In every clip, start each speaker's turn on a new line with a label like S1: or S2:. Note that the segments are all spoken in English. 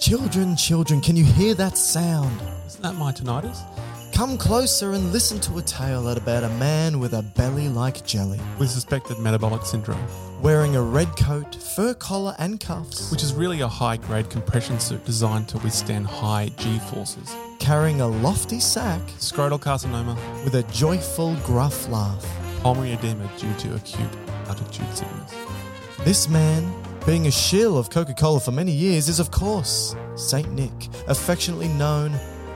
S1: Children, children, can you hear that sound?
S2: Isn't that my tinnitus?
S1: Come closer and listen to a tale about a man with a belly like jelly,
S2: With suspected metabolic syndrome,
S1: wearing a red coat, fur collar, and cuffs,
S2: which is really a high grade compression suit designed to withstand high G forces.
S1: carrying a lofty sack
S2: Scrotal carcinoma,
S1: with a joyful, gruff laugh.
S2: pulmonary edema due to acute altitude sickness.
S1: This man, being a shill of Coca Cola for many years, is of course Saint Nick, affectionately known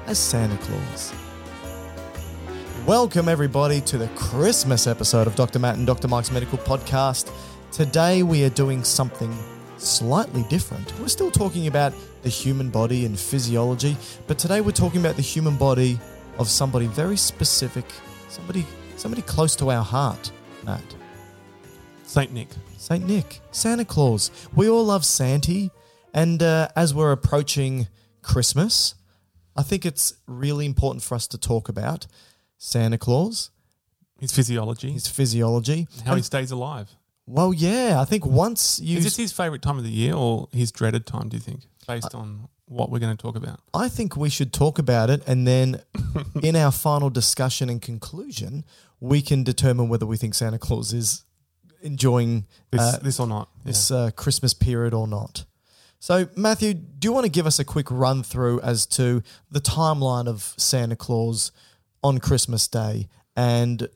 S1: as Santa Claus. Welcome, everybody, to the Christmas episode of Dr. Matt and Dr. Mike's Medical Podcast. Today, we are doing something slightly different. We're still talking about the human body and physiology, but today we're talking about the human body of somebody very specific, somebody, somebody close to our heart, Matt.
S2: St. Nick.
S1: St. Nick, Santa Claus. We all love Santy. And uh, as we're approaching Christmas, I think it's really important for us to talk about Santa Claus,
S2: His physiology,
S1: his physiology.
S2: how he
S1: And-
S2: stays alive.
S1: well, yeah, I think once you.
S2: Is this his favourite time of the year or his dreaded time, do you think? Based
S1: Uh,
S2: on what we're going to talk about.
S1: I think we should talk about it. And then in our final discussion and conclusion, we can determine whether we think Santa Claus is enjoying
S2: This,
S1: uh,
S2: this or not. Yeah.
S1: this uh, Christmas period or not. So, Matthew, do you want to give us a quick run through as to the timeline of Santa Claus on Christmas Day and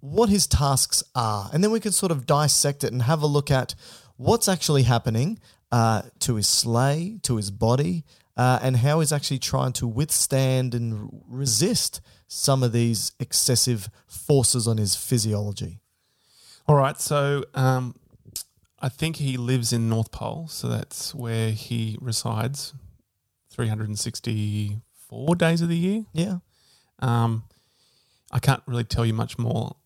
S1: what his tasks are? And then we can sort of dissect it and have a look at what's actually happening uh, to his sleigh, to his body, uh, and how he's actually trying to withstand and resist some of these excessive forces on his physiology.
S2: All right, so um, I think he lives in North Pole, so that's where he resides 364 days of the year.
S1: Yeah.
S2: Um, I can't really tell you much more
S1: All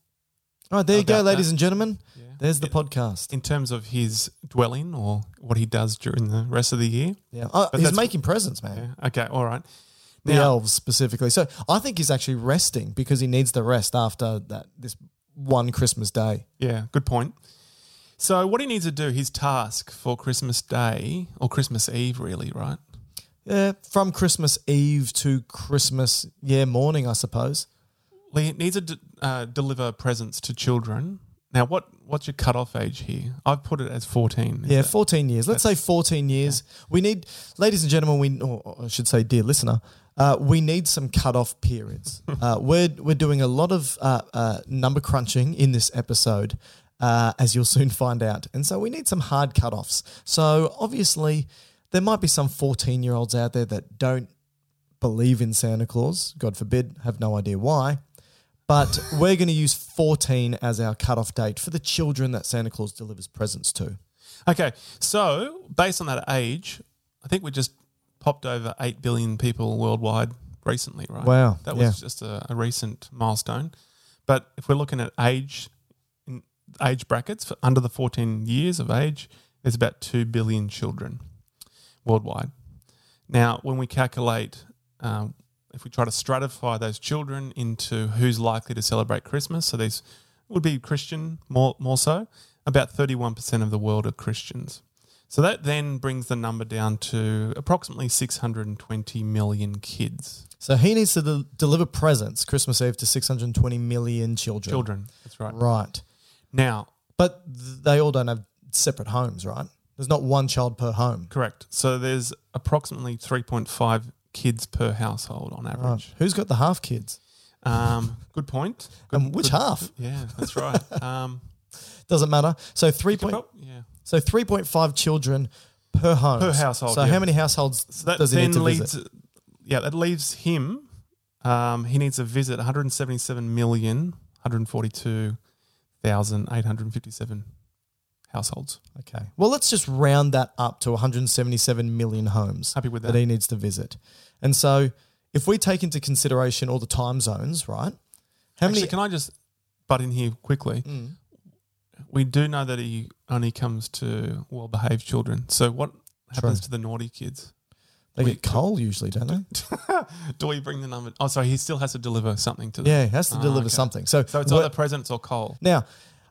S1: right, there you
S2: About
S1: go,
S2: that.
S1: ladies and gentlemen. There's the podcast.
S2: in terms of his dwelling or what he does during the rest of the year.
S1: Yeah, oh,
S2: But
S1: he's
S2: that's-
S1: making presents, man.
S2: Yeah, Okay, all right.
S1: The
S2: Now-
S1: elves specifically. So I think he's actually resting because he needs the rest after that this one Christmas day.
S2: Yeah, good point. So, what he needs to do, his task for Christmas Day or Christmas Eve, really, right?
S1: Yeah, from Christmas Eve to Christmas yeah morning, I suppose.
S2: Lee needs to d- uh, deliver presents to children. Now, what what's your cutoff age here? I've put it as fourteen. Is
S1: yeah,
S2: that-
S1: fourteen years. Let's say fourteen years. We need, ladies and gentlemen, we or I should say, dear listener, uh, we need some cutoff periods. uh, we're we're doing a lot of uh, uh, number crunching in this episode, uh, as you'll soon find out, and so we need some hard cutoffs. So obviously, there might be some fourteen year olds out there that don't believe in Santa Claus. God forbid, have no idea why. But we're going to use 14 as our cutoff date for the children that Santa Claus delivers presents to.
S2: Okay, so based on that age, I think we just popped over eight billion people worldwide recently, right?
S1: Wow,
S2: that
S1: yeah.
S2: was just a, a recent milestone. But if we're looking at age in age brackets for under the fourteen years of age, there's about two billion children worldwide. Now, when we calculate um, if we try to stratify those children into who's likely to celebrate Christmas, so these would be Christian more more so. About 31% of the world are Christians. So that then brings the number down to approximately 620 million kids.
S1: So he needs to del- deliver presents Christmas Eve to 620 million children.
S2: Children, that's right.
S1: Right.
S2: Now,
S1: But th- they all don't have separate homes, right? There's not one child per home.
S2: correct. So there's approximately 3.5 kids per household on
S1: Right.
S2: average.
S1: Who's got the half kids?
S2: Um, good point. Good,
S1: And which
S2: good-
S1: half?
S2: Yeah, that's right. Um,
S1: Doesn't matter. So three point
S2: prob- yeah.
S1: so three point five children per home.
S2: Per household,
S1: So
S2: yeah.
S1: how many households
S2: So that
S1: does he
S2: then
S1: need to
S2: leads,
S1: visit?
S2: yeah, that leaves him. Um, he needs to visit 177 million, 142,857 households.
S1: Okay. Well, let's just round that up to 177 million homes
S2: Happy with that.
S1: he needs to visit. And so, if we take into consideration all the time zones, right? How
S2: Actually,
S1: many? Mm.
S2: can I just butt in here quickly? We do know that he only comes to well-behaved children. So what happens
S1: True.
S2: to the naughty kids?
S1: they
S2: we-
S1: get coal usually, don't they?
S2: Do we bring the number? Oh, so he still has to deliver something to them.
S1: Yeah, it has to
S2: Ah,
S1: deliver
S2: okay.
S1: something. So,
S2: So it's
S1: we're-
S2: either presents or coal.
S1: now.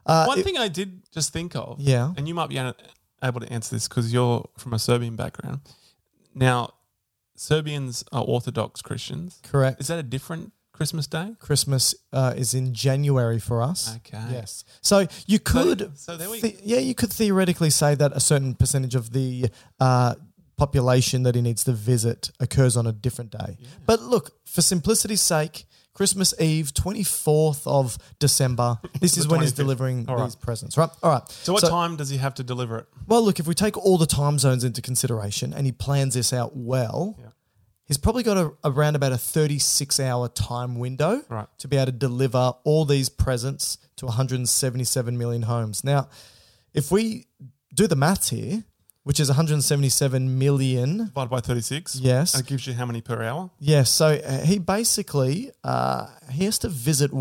S1: Uh,
S2: One
S1: it-
S2: thing I did just think of,
S1: Yeah.
S2: and you might be ana- able to answer this because you're from a Serbian background. Now, Serbians are Orthodox Christians.
S1: correct.
S2: Is that a different Christmas day?
S1: Christmas uh, is in January for us.
S2: Okay.
S1: Yes. So you could,
S2: so there we-
S1: the- yeah, you could theoretically say that a certain percentage of the uh, population that he needs to visit occurs on a different day. But look, for simplicity's sake, Christmas Eve, twenty fourth of December. This is
S2: The
S1: when he's
S2: 25th.
S1: delivering
S2: All right.
S1: these presents. Right. All right.
S2: So, what time does he have to deliver it?
S1: Well, look, if we take all the time zones into consideration and he plans this out well, he's probably got a, around about a 36 hour time window
S2: Right.
S1: to be able to deliver all these presents to 177 million homes. Now, if we do the maths here, which is 177 million,
S2: Divided by 36?
S1: Yes.
S2: That gives you how many per hour?
S1: yeah, so uh, he basically uh, he has to visit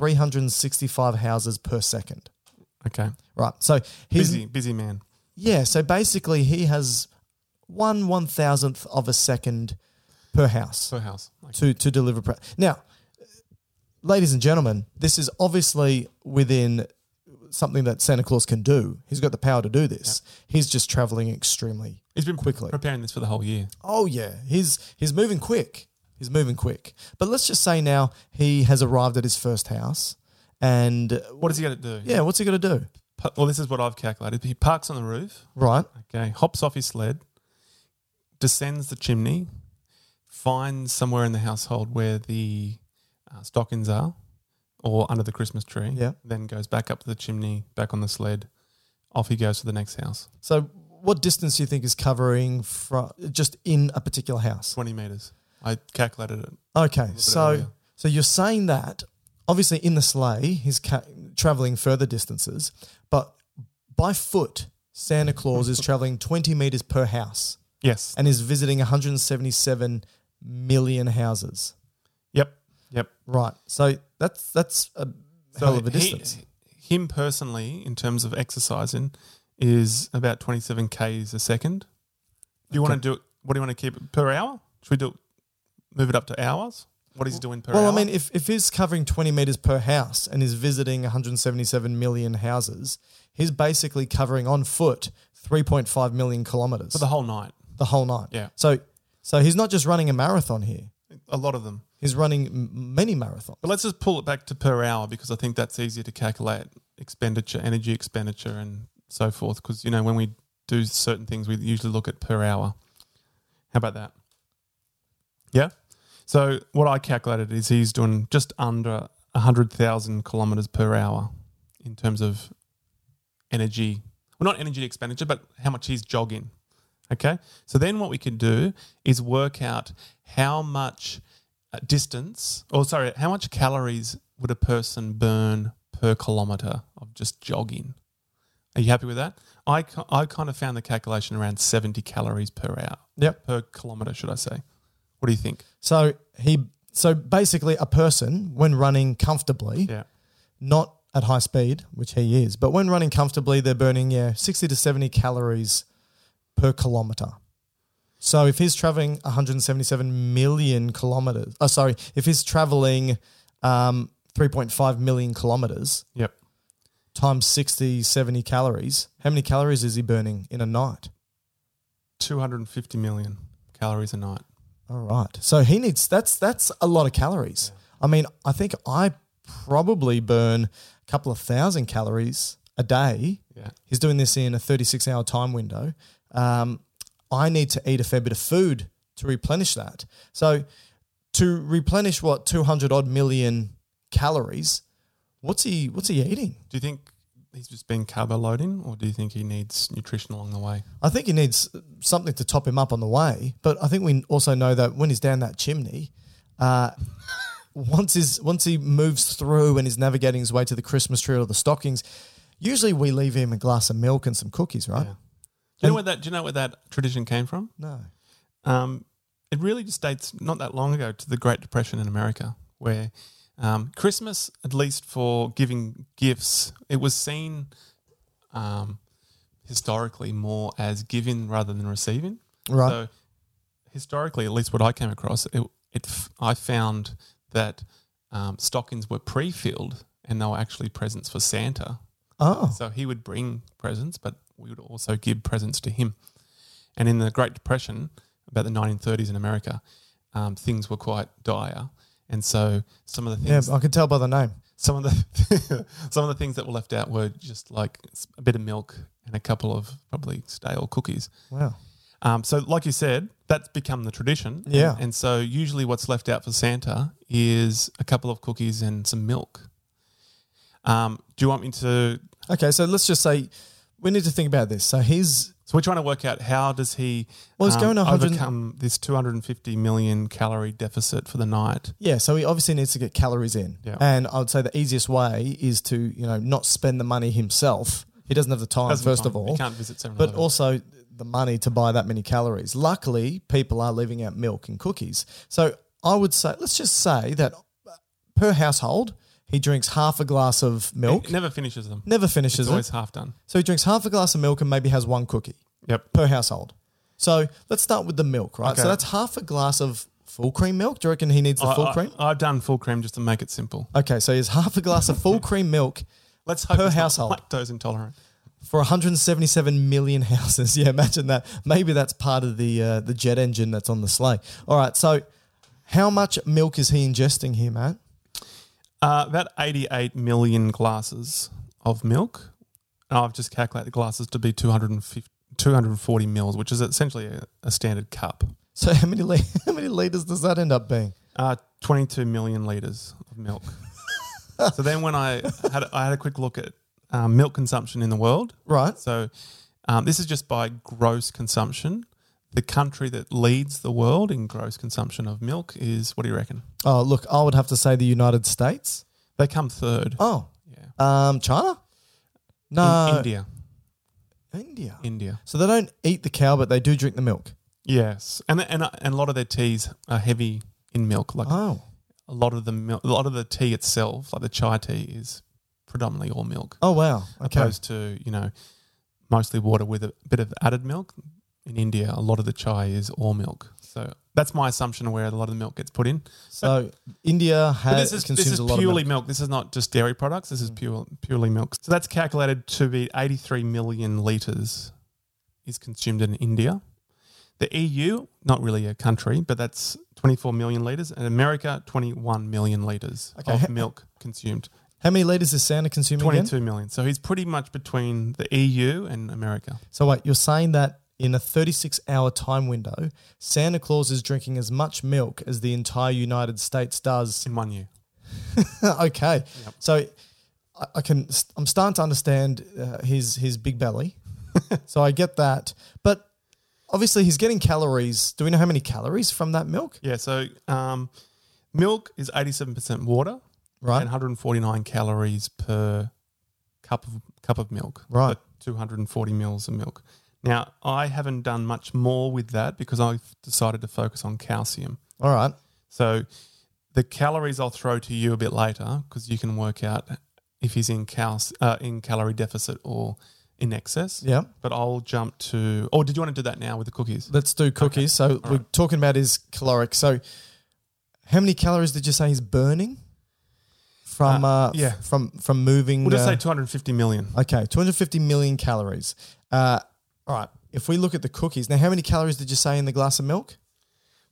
S1: 1,365 houses per second.
S2: Okay.
S1: Right, so he's
S2: Busy, busy man.
S1: Yeah, so basically he has one one thousandth of a second per house
S2: Per house. Okay.
S1: to, to deliver. Pre- now, ladies and gentlemen, this is obviously within something that Santa Claus can do. He's got the power to do this. He's just traveling extremely.
S2: He's been
S1: Quickly.
S2: preparing this for the whole year.
S1: Oh yeah, he's he's moving quick. He's moving quick. But let's just say now he has arrived at his first house, and
S2: What is he going to do?
S1: yeah, what's he going to do?
S2: Pa- Well, this is what I've calculated. He parks on the roof.
S1: Right.
S2: Okay, hops off his sled, descends the chimney, finds somewhere in the household where the uh, stockings are or under the Christmas tree.
S1: Yeah.
S2: Then goes back up the chimney, back on the sled. Off he goes to the next house.
S1: So, what distance do you think is covering from just in a particular house?
S2: 20 meters. I calculated it.
S1: Okay,
S2: earlier.
S1: so so you're saying that obviously in the sleigh he's ca- traveling further distances, but by foot Santa Claus is traveling 20 meters per house
S2: Yes.
S1: and is visiting 177 million houses.
S2: yep. Yep.
S1: Right, so that's that's a hell of a
S2: he-
S1: distance.
S2: him personally, in terms of exercising, is about 27 Ks a second. Do you want to do it? What do you want to keep it per hour? Should we do it, move it up to hours? What is he doing per
S1: well,
S2: hour?
S1: I mean, if, if he's covering 20 meters per house and is visiting 177 million houses, he's basically covering on foot 3.5 million kilometers
S2: for the whole night,
S1: the whole night.
S2: Yeah.
S1: So so he's not just running a marathon here.
S2: a lot of them.
S1: He's running m- many marathons.
S2: But let's just pull it back to per hour because I think that's easier to calculate expenditure, energy expenditure, and so forth. Because you know when we do certain things, we usually look at per hour. How about that? Yeah. So what I calculated is he's doing just under hundred thousand kilometers per hour in terms of energy. Well, not energy expenditure, but how much he's jogging. Okay. So then what we can do is work out how much uh, distance, or sorry, how much calories would a person burn per kilometer of just jogging? Are you happy with that? I, ki- I kind of found the calculation around 70 calories per hour,
S1: Yep.
S2: per kilometer, should I say. What do you think?
S1: So he so basically a person when running comfortably,
S2: Yeah.
S1: not at high speed, which he is, but when running comfortably, they're burning yeah 60 to 70 calories per kilometer. So if he's traveling 177 million kilometers, oh sorry, if he's traveling um, 3.5 million kilometers
S2: Yep.
S1: times 60, 70 calories, how many calories is he burning in a night?
S2: 250 million calories a night.
S1: All right. So he needs that's that's a lot of calories. I mean, I think I probably burn a couple of thousand calories a day.
S2: Yeah.
S1: He's doing this in a 36 hour time window. Um, I need to eat a fair bit of food to replenish that. So to replenish what 200 odd million calories, what's he what's he eating?
S2: Do you think he's just been carbo loading, or do you think he needs nutrition along the way?
S1: I think he needs something to top him up on the way. But I think we also know that when he's down that chimney, uh, once his once he moves through and is navigating his way to the Christmas tree or the stockings, usually we leave him a glass of milk and some cookies, right?
S2: Do you know where that? Do you know where that tradition came from?
S1: No.
S2: Um, it really just dates not that long ago to the Great Depression in America, where um, Christmas, at least for giving gifts, it was seen um, historically more as giving rather than receiving.
S1: Right.
S2: So historically, at least what I came across, it, it f- I found that um, stockings were pre-filled and they were actually presents for Santa.
S1: Oh,
S2: So he would bring presents, but we would also give presents to him. And in the Great Depression, about the 1930s in America, um, things were quite dire. And so some of the
S1: yeah,
S2: things,
S1: I can tell by the name.
S2: some of the some of the things that were left out were just like s- a bit of milk and a couple of probably stale cookies.
S1: Wow.
S2: Um, so, like you said, that's become the tradition.
S1: Yeah.
S2: And, and so, usually, what's left out for Santa is a couple of cookies and some milk. Um, do you want me to?
S1: Okay, so let's just say we need to think about this. So he's
S2: So, we're trying to work out how does he um,
S1: Well, he's going 100
S2: overcome this 250 million calorie deficit for the night?
S1: Yeah, so he obviously needs to get calories in.
S2: Yeah.
S1: And I would say the easiest way is to, you know, not spend the money himself. He doesn't have the time,
S2: Doesn't have
S1: first
S2: time.
S1: of all.
S2: He can't visit 7-Eleven.
S1: But also the money to buy that many calories. Luckily, people are leaving out milk and cookies. So I would say, let's just say that per household, he drinks half a glass of milk,
S2: It never finishes them.
S1: never
S2: It's
S1: finishes
S2: always
S1: it.
S2: half done.
S1: So he drinks half a glass of milk and maybe has one cookie
S2: Yep.
S1: per household. So let's start with the milk, right? So
S2: Okay.
S1: that's half a glass of full cream milk. Do you reckon he needs the full
S2: I,
S1: cream?
S2: have done full cream just to make it simple.
S1: Okay, so here's half a glass of full cream milk
S2: Let's hope
S1: Per
S2: it's not
S1: household.
S2: lactose intolerant.
S1: for 177 million houses. Yeah, imagine that. Maybe that's part of the uh, the jet engine that's on the sleigh. All right, so how much milk is he ingesting here, Matt?
S2: Uh, about 88 million glasses of milk. And I've just calculated glasses to be 250, 240 mils, which is essentially a, a standard cup.
S1: So how many li- how many liters does that end up being?
S2: Uh, 22 million litres of milk. so then when I had, I had a quick look at um, milk consumption in the world.
S1: Right.
S2: So um, this is just by gross consumption. The country that leads the world in gross consumption of milk is, what do you reckon?
S1: Oh, look, I would have to say the United States.
S2: They come third.
S1: Oh,
S2: Yeah.
S1: um, China.
S2: In-
S1: No,
S2: India.
S1: India.
S2: India.
S1: So they don't eat the cow, but they do drink the milk.
S2: Yes, and and and a lot of their teas are heavy in milk. Like
S1: Oh,
S2: a lot of the mil- a lot of the tea itself, like the chai tea, is predominantly all milk,
S1: oh wow. Okay.
S2: opposed to you know mostly water with a bit of added milk. In India, a lot of the chai is all milk. So that's my assumption of where a lot of the milk gets put in.
S1: So India
S2: But
S1: has
S2: this is
S1: consumes
S2: this is
S1: a lot
S2: purely
S1: of Mm.
S2: milk. This is not just dairy products. This is pure purely milk. So that's calculated to be 83 million liters is consumed in India. The EU, not really a country, but that's 24 million liters, and America 21 million liters
S1: Okay.
S2: of milk consumed.
S1: How many liters is Santa consuming? again?
S2: 22 million. So he's pretty much between the EU and America.
S1: So wait, you're saying that in a 36 hour time window, Santa Claus is drinking as much milk as the entire United States does.
S2: in one year.
S1: okay. So I, I can I'm starting to understand uh, his his big belly. so I get that. But obviously he's getting calories. Do we know how many calories from that milk?
S2: Yeah. So um, milk is 87% water.
S1: Right.
S2: and 149 calories per cup of cup of milk.
S1: Right.
S2: So 240 mils of milk. Now, I haven't done much more with that because I've decided to focus on calcium.
S1: All right.
S2: So the calories I'll throw to you a bit later because you can work out if he's in cal- uh, in calorie deficit or in excess.
S1: Yeah.
S2: But I'll jump to. Or did you want to do that now with the cookies?
S1: Let's do cookies. So we're talking about is caloric. So how many calories did you say he's burning from uh,
S2: Uh, yeah.
S1: from from moving?
S2: We'll just
S1: uh,
S2: say 250 million.
S1: okay, 250 million calories. Uh, all right. If we look at the cookies, now how many calories did you say in the glass of milk?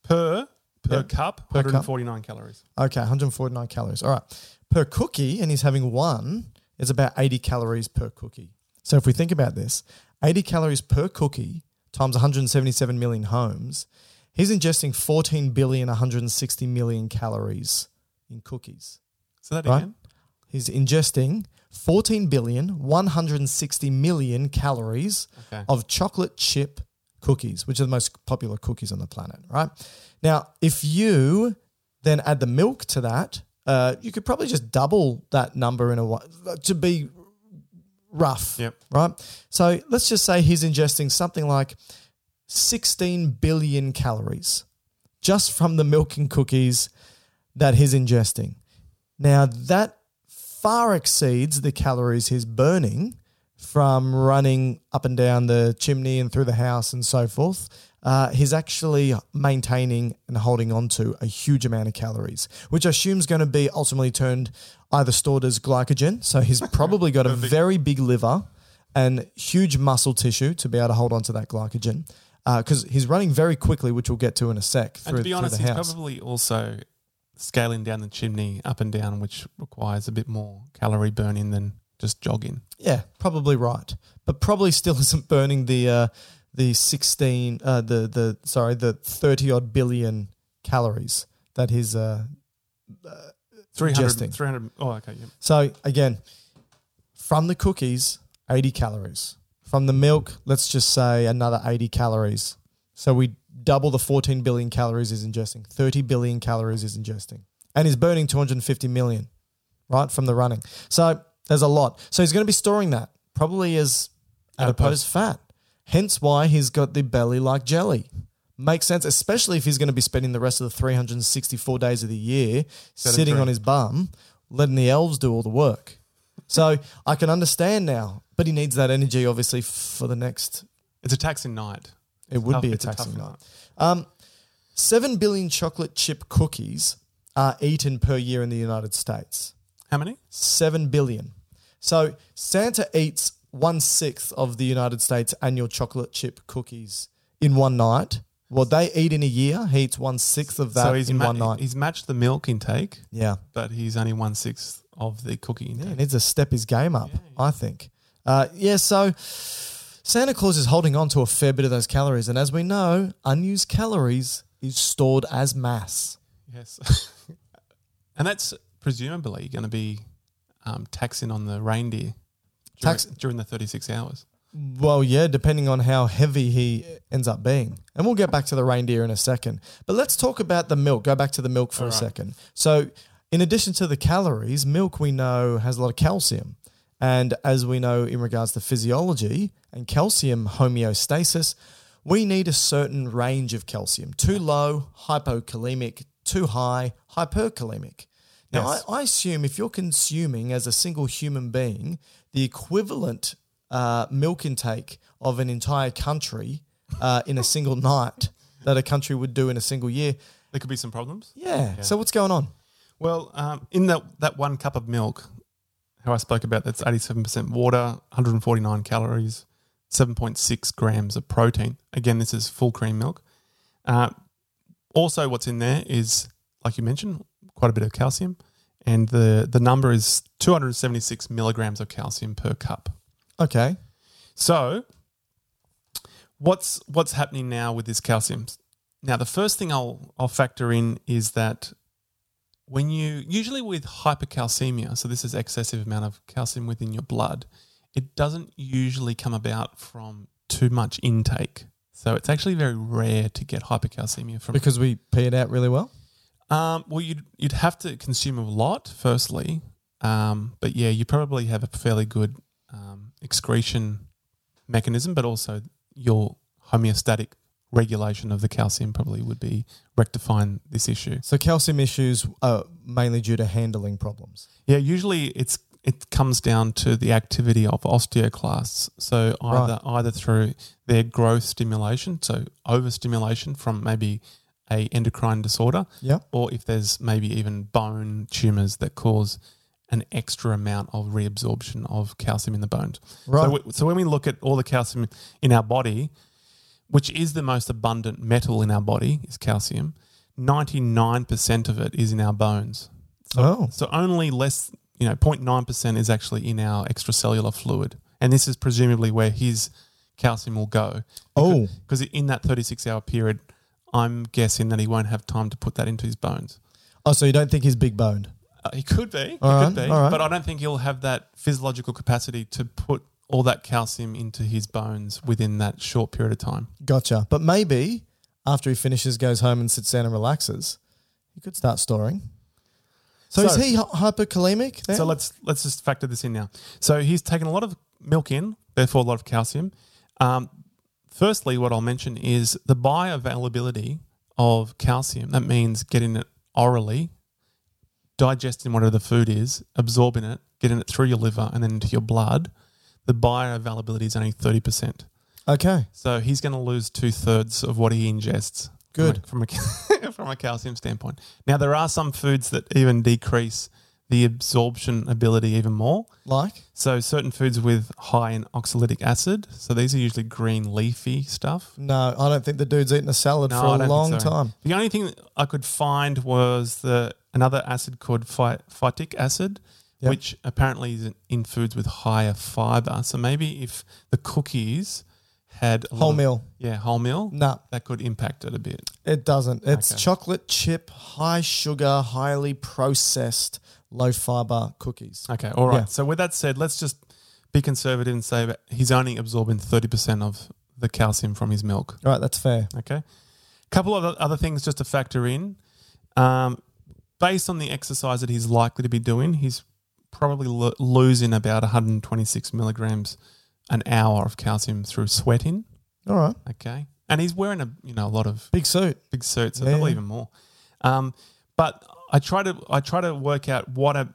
S2: per per
S1: Yeah.
S2: cup,
S1: Per cup.
S2: 149 calories.
S1: Okay, 149 calories. All right. Per cookie, and he's having one, is about 80 calories per cookie. So if we think about this, 80 calories per cookie times 177 million homes, he's ingesting 14 billion 160 million calories in cookies.
S2: So that
S1: Right.
S2: again,
S1: He's ingesting 14 billion 160 million calories
S2: Okay.
S1: of chocolate chip cookies, which are the most popular cookies on the planet, right? Now, if you then add the milk to that, uh, you could probably just double that number in a way to be rough,
S2: Yep.
S1: right? So let's just say he's ingesting something like 16 billion calories just from the milk and cookies that he's ingesting. Now, that far exceeds the calories he's burning from running up and down the chimney and through the house and so forth. Uh, he's actually maintaining and holding on to a huge amount of calories, which I assume is going to be ultimately turned either stored as glycogen. So he's probably got a very big liver and huge muscle tissue to be able to hold on to that glycogen because he's running very quickly, which we'll get to in a sec. Through,
S2: and to be
S1: through
S2: honest,
S1: the
S2: he's
S1: house.
S2: probably also scaling down the chimney up and down, which requires a bit more calorie burning than just jogging.
S1: Yeah, probably right, but probably still isn't burning the uh, the sixteen uh, the the sorry the thirty odd billion calories that his. Uh,
S2: 300,
S1: Ingesting.
S2: 300 Oh, okay. Yep.
S1: so again, from the cookies, eighty calories. From the milk, let's just say another eighty calories. So we double the fourteen billion calories he's ingesting. Thirty billion calories is ingesting, and he's burning two hundred and fifty million, right from the running. So there's a lot. So he's going to be storing that probably as adipose fat. Hence why he's got the belly like jelly. Makes sense, especially if he's going to be spending the rest of the 364 days of the year sitting on his bum, letting the elves do all the work. So I can understand now, but he needs that energy obviously for the next.
S2: It's a taxing night.
S1: It would
S2: tough-
S1: be a
S2: it's a tough
S1: taxing
S2: night.
S1: night. Um, Seven billion chocolate chip cookies are eaten per year in the United States.
S2: How many?
S1: 7 billion. So Santa eats one sixth of the United States annual chocolate chip cookies in one night. What they eat in a year, he eats one sixth of that
S2: so he's
S1: in
S2: ma-
S1: one night.
S2: He's matched the milk intake,
S1: yeah.
S2: but he's only one sixth of the cookie
S1: Yeah, he
S2: intake.
S1: needs to step his game up, I think. Uh, yeah, so Santa Claus is holding on to a fair bit of those calories. And as we know, unused calories is stored as mass.
S2: Yes. and that's presumably going to be um, taxing on the reindeer during,
S1: Tax-
S2: during the 36 hours.
S1: Well, yeah, depending on how heavy he ends up being. And we'll get back to the reindeer in a second. But let's talk about the milk. Go back to the milk for a second. So, in addition to the calories, milk we know has a lot of calcium. And as we know in regards to physiology and calcium homeostasis, we need a certain range of calcium. Too low, hypokalemic, too high, hyperkalemic. Now,
S2: Yes.
S1: I, I assume if you're consuming as a single human being the equivalent uh, milk intake of an entire country uh, in a single night that a country would do in a single year,
S2: There could be some problems.
S1: yeah. So what's going on?
S2: Well, um, in that that one cup of milk, how I spoke about, that's eighty-seven percent water, one hundred and forty-nine calories, seven point six grams of protein. Again, this is full cream milk. Uh, also, what's in there is, like you mentioned, quite a bit of calcium, and the the number is two hundred seventy-six milligrams of calcium per cup.
S1: Okay.
S2: So, what's what's happening now with this calcium? Now, the first thing I'll I'll factor in is that when you usually with hypercalcemia, so this is excessive amount of calcium within your blood, it doesn't usually come about from too much intake. So it's actually very rare to get hypercalcemia from
S1: Because we pee it out really well.
S2: um, well, you'd you'd have to consume a lot, firstly. Um, but yeah, you probably have a fairly good um, excretion mechanism, but also your homeostatic regulation of the calcium probably would be rectifying this issue.
S1: So calcium issues are mainly due to handling problems.
S2: Yeah, usually it's it comes down to the activity of osteoclasts. So either either through their growth stimulation, so overstimulation from maybe a endocrine disorder,
S1: Yeah.
S2: or if there's maybe even bone tumors that cause an extra amount of reabsorption of calcium in the bones.
S1: Right.
S2: So, w- so when we look at all the calcium in our body, which is the most abundant metal in our body, is calcium. Ninety nine percent of it is in our bones.
S1: Oh,
S2: So only less, you know, 0.9% is actually in our extracellular fluid. And this is presumably where his calcium will go.
S1: Oh.
S2: Because in that 36 hour period, I'm guessing that he won't have time to put that into his bones.
S1: oh, so you don't think he's big boned?
S2: Uh, he could be. He
S1: All
S2: could
S1: right,
S2: be.
S1: all right.
S2: But I don't think he'll have that physiological capacity to put all that calcium into his bones within that short period of time.
S1: Gotcha. But maybe after he finishes, goes home and sits down and relaxes, he could start storing. So,
S2: So-
S1: is he hy- hyperkalemic? Then?
S2: So let's let's just factor this in now. So he's taken a lot of milk in, therefore a lot of calcium. Um, firstly, what I'll mention is the bioavailability of calcium. That means getting it orally, digesting whatever the food is, absorbing it, getting it through your liver and then into your blood. The bioavailability is only thirty percent.
S1: okay.
S2: So he's going to lose two thirds of what he ingests.
S1: Good.
S2: from a, from a from a calcium standpoint. Now there are some foods that even decrease the absorption ability even more.
S1: Like
S2: So certain foods with high in oxalic acid. So these are usually green leafy stuff.
S1: no, I don't think the dude's eaten a salad
S2: No, I
S1: for a
S2: don't think
S1: long
S2: so.
S1: time.
S2: The only thing I could find was the another acid called phy- phytic acid,
S1: Yep.
S2: which apparently is in foods with higher fiber. So maybe if the cookies had a lot of-
S1: Wholemeal.
S2: yeah, wholemeal,
S1: Nah.
S2: that could impact it a bit.
S1: It doesn't. It's
S2: Okay.
S1: chocolate chip, high sugar, highly processed, low fiber cookies.
S2: Okay, all right.
S1: Yeah.
S2: So with that said, let's just be conservative and say that he's only absorbing thirty percent of the calcium from his milk.
S1: All right, that's fair.
S2: Okay, a couple of other things just to factor in. Um, based on the exercise that he's likely to be doing, he's probably lo- losing about one hundred twenty-six milligrams an hour of calcium through sweating.
S1: All right,
S2: Okay, and he's wearing a you know a lot of
S1: big suit.
S2: big suit, so
S1: Yeah,
S2: probably
S1: yeah.
S2: even more. Um, but I try to I try to work out what a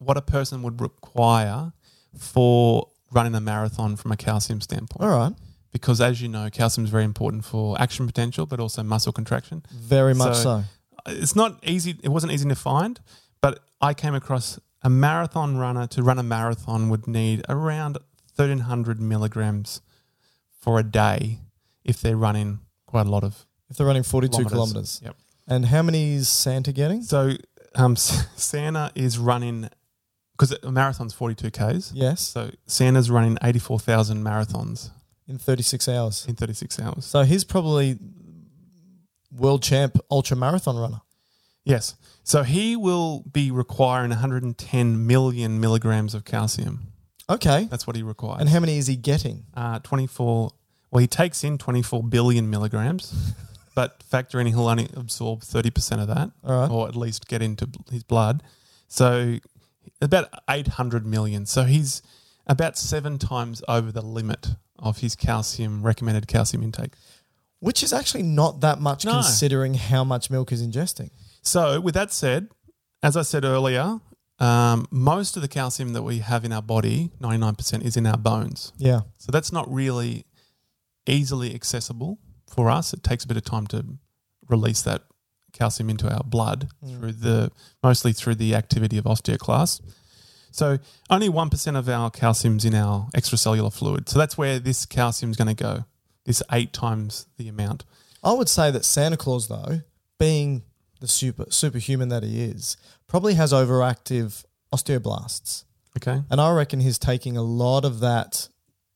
S2: what a person would require for running a marathon from a calcium standpoint.
S1: All right,
S2: Because as you know, calcium is very important for action potential, but also muscle contraction.
S1: very much so.
S2: So- It's not easy. It wasn't easy to find, but I came across a marathon runner to run a marathon would need around thirteen hundred milligrams for a day if they're running quite a lot of
S1: If they're running forty-two kilometers,
S2: Yep.
S1: and how many is Santa getting?
S2: So um, Santa is running because a marathon's forty two k's.
S1: Yes,
S2: So Santa's running eighty four thousand marathons
S1: in thirty-six hours.
S2: in thirty six hours.
S1: So he's probably world champ ultra marathon runner.
S2: Yes. So he will be requiring one hundred and ten million milligrams of calcium.
S1: Okay,
S2: That's what he requires.
S1: and how many is he getting?
S2: uh, twenty four. Well, he takes in twenty four billion milligrams, but factor in he'll only absorb thirty percent of that,
S1: All right.
S2: or at least get into bl- his blood. So about eight hundred million. So he's about seven times over the limit of his calcium recommended calcium intake.
S1: Which is actually not that much
S2: No.
S1: considering how much milk is ingesting.
S2: So, with that said, as I said earlier, um, most of the calcium that we have in our body, ninety nine percent, is in our bones.
S1: Yeah,
S2: So that's not really easily accessible for us. It takes a bit of time to release that calcium into our blood
S1: Mm.
S2: through the mostly through the activity of osteoclast. So only 1% of our calcium's in our extracellular fluid. So that's where this calcium's going to go. This 8 times the amount.
S1: I would say that Santa Claus, though, being the super superhuman that he is, probably has overactive osteoblasts,
S2: Okay?
S1: and I reckon he's taking a lot of that.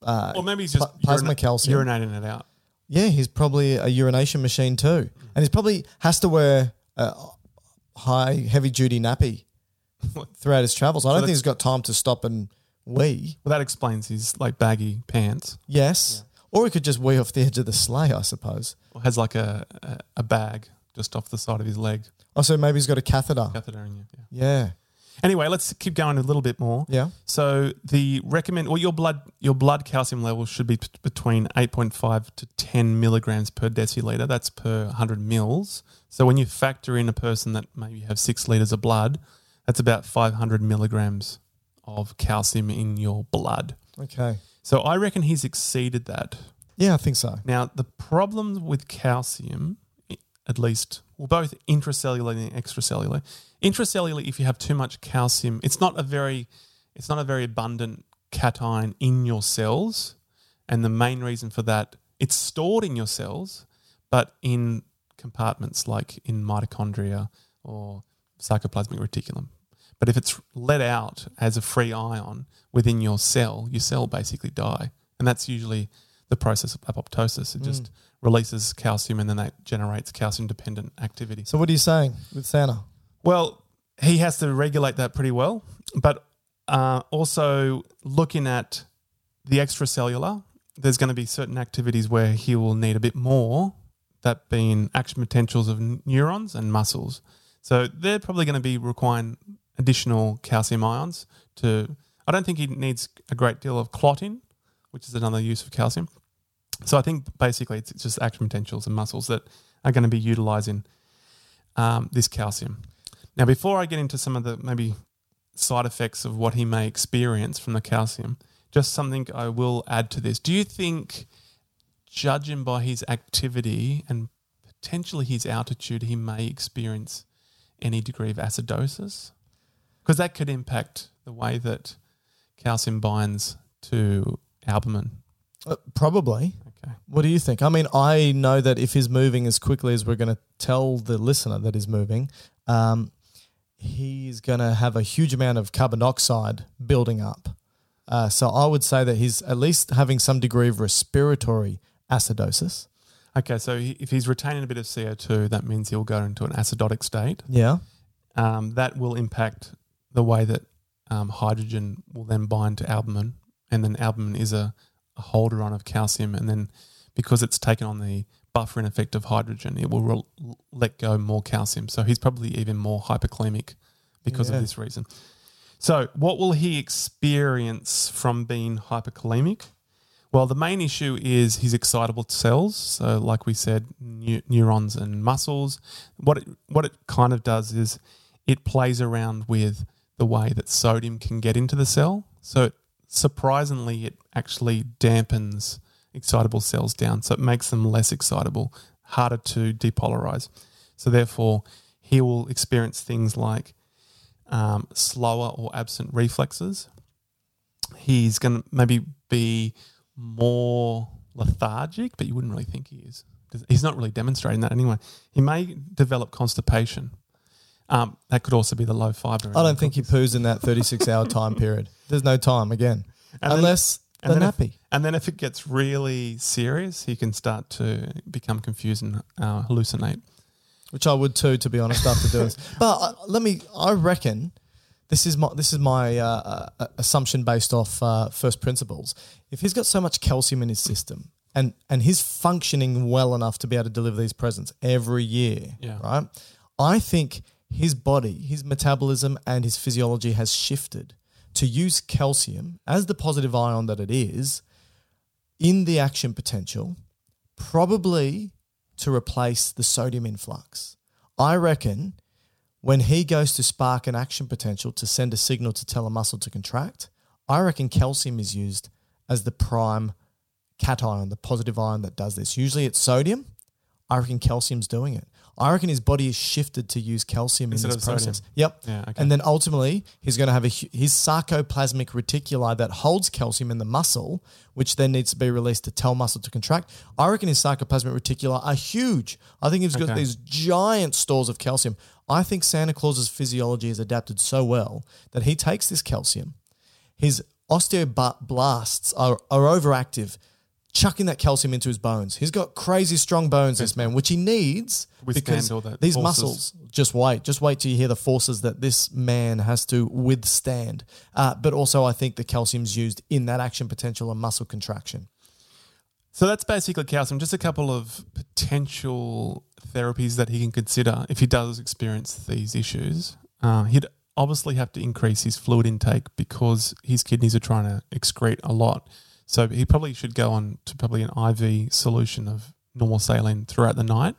S1: Uh,
S2: Or maybe he's
S1: pla-
S2: just
S1: plasma
S2: urina-
S1: calcium.
S2: urinating it out.
S1: Yeah, he's probably a urination machine too, and he's probably has to wear a high, heavy duty nappy throughout his travels. I don't think
S2: that's-
S1: he's got time to stop and wee.
S2: Well, that explains his like baggy pants.
S1: Yes, or he could just wee off the edge of the sleigh, I suppose.
S2: Or has like a, a, a bag just off the side of his leg,
S1: Also, Oh, maybe he's got a catheter.
S2: catheter in you. Yeah.
S1: Yeah,
S2: Anyway, let's keep going a little bit more.
S1: yeah.
S2: So the recommend well your blood your blood calcium level should be p- between 8.5 to 10 milligrams per deciliter. That's per 100 mils. So when you factor in a person that maybe have 6 liters of blood, that's about 500 milligrams of calcium in your blood.
S1: Okay.
S2: So I reckon he's exceeded that.
S1: Yeah, I think so.
S2: Now, the problem with calcium, i- at least, well, both intracellular and extracellular. Intracellular, if you have too much calcium, it's not a very, it's not a very abundant cation in your cells, and the main reason for that, it's stored in your cells, but in compartments like in mitochondria or sarcoplasmic reticulum. But if it's let out as a free ion within your cell, your cell basically die. And that's usually the process of apoptosis. It just releases calcium and then that generates calcium dependent activity.
S1: So what are you saying with Santa?
S2: Well, he has to regulate that pretty well, but uh, also looking at the extracellular, there's going to be certain activities where he will need a bit more, that being action potentials of n- neurons and muscles. So they're probably going to be requiring additional calcium ions to. I don't think he needs a great deal of clotting, which is another use of calcium. So I think basically it's it's just action potentials and muscles that are going to be utilizing um, this calcium. Now, before I get into some of the maybe side effects of what he may experience from the calcium, just something I will add to this. Do you think, judging by his activity and potentially his altitude, he may experience any degree of acidosis? Because that could impact the way that calcium binds to albumin.
S1: Uh, probably.
S2: Okay.
S1: What do you think? I mean, I know that if he's moving as quickly as we're going to tell the listener that he's moving, um, he's going to have a huge amount of carbon dioxide building up. Uh, so I would say that he's at least having some degree of respiratory acidosis.
S2: Okay, so he, if he's retaining a bit of CO2, that means he'll go into an acidotic state.
S1: Yeah.
S2: um, that will impact the way that um, hydrogen will then bind to albumin, and then albumin is a, a holder on of calcium, and then because it's taken on the buffering effect of hydrogen, it will re- let go more calcium. So he's probably even more hyperkalemic because
S1: Yeah.
S2: of this reason. So what will he experience from being hyperkalemic? Well, the main issue is his excitable cells. So, like we said, neu- neurons and muscles. What it, what it kind of does is it plays around with the way that sodium can get into the cell. So, it, surprisingly, it actually dampens excitable cells down. So, it makes them less excitable, harder to depolarize. So, therefore, he will experience things like um, slower or absent reflexes. He's going to maybe be more lethargic, but you wouldn't really think he is. 'Cause He's not really demonstrating that anyway. He may develop constipation. Um, that could also be the low fiber.
S1: I don't think he poos in that 36 hour time period. There's no time again.
S2: And then-
S1: Unless
S2: and
S1: they're
S2: then
S1: nappy.
S2: If, and then if it gets really serious, he can start to become confused and uh, hallucinate.
S1: which I would too, to be honest, after doing this. But uh, let me, I reckon this is my this is my uh, uh, assumption based off uh, first principles. If he's got so much calcium in his system, and and he's functioning well enough to be able to deliver these presents every year,
S2: Yeah.
S1: right? I think his body, his metabolism, and his physiology has shifted to use calcium as the positive ion that it is in the action potential, probably to replace the sodium influx. I reckon when he goes to spark an action potential to send a signal to tell a muscle to contract, I reckon calcium is used as the prime cation, the positive ion that does this. Usually it's sodium. I reckon calcium's doing it. I reckon his body is shifted to use calcium
S2: Instead
S1: in
S2: of
S1: this
S2: sodium.
S1: process. Yep.
S2: Yeah, okay.
S1: And then ultimately, he's going to have a hu- his sarcoplasmic reticuli that holds calcium in the muscle, which then needs to be released to tell muscle to contract. I reckon his sarcoplasmic reticuli are huge. I think he's got
S2: Okay.
S1: these giant stores of calcium. I think Santa Claus's physiology is adapted so well that he takes this calcium. His osteoblasts are, are overactive, chucking that calcium into his bones. He's got crazy strong bones, this man, which he needs
S2: Withstand
S1: because
S2: all the
S1: these
S2: forces.
S1: muscles just wait. Just wait till you hear the forces that this man has to withstand. Uh, but also, I think the calcium's used in that action potential and muscle contraction.
S2: So that's basically calcium. Just a couple of potential therapies that he can consider if he does experience these issues. Uh, he'd obviously have to increase his fluid intake because his kidneys are trying to excrete a lot. So he probably should go on to probably an IV solution of normal saline throughout the night.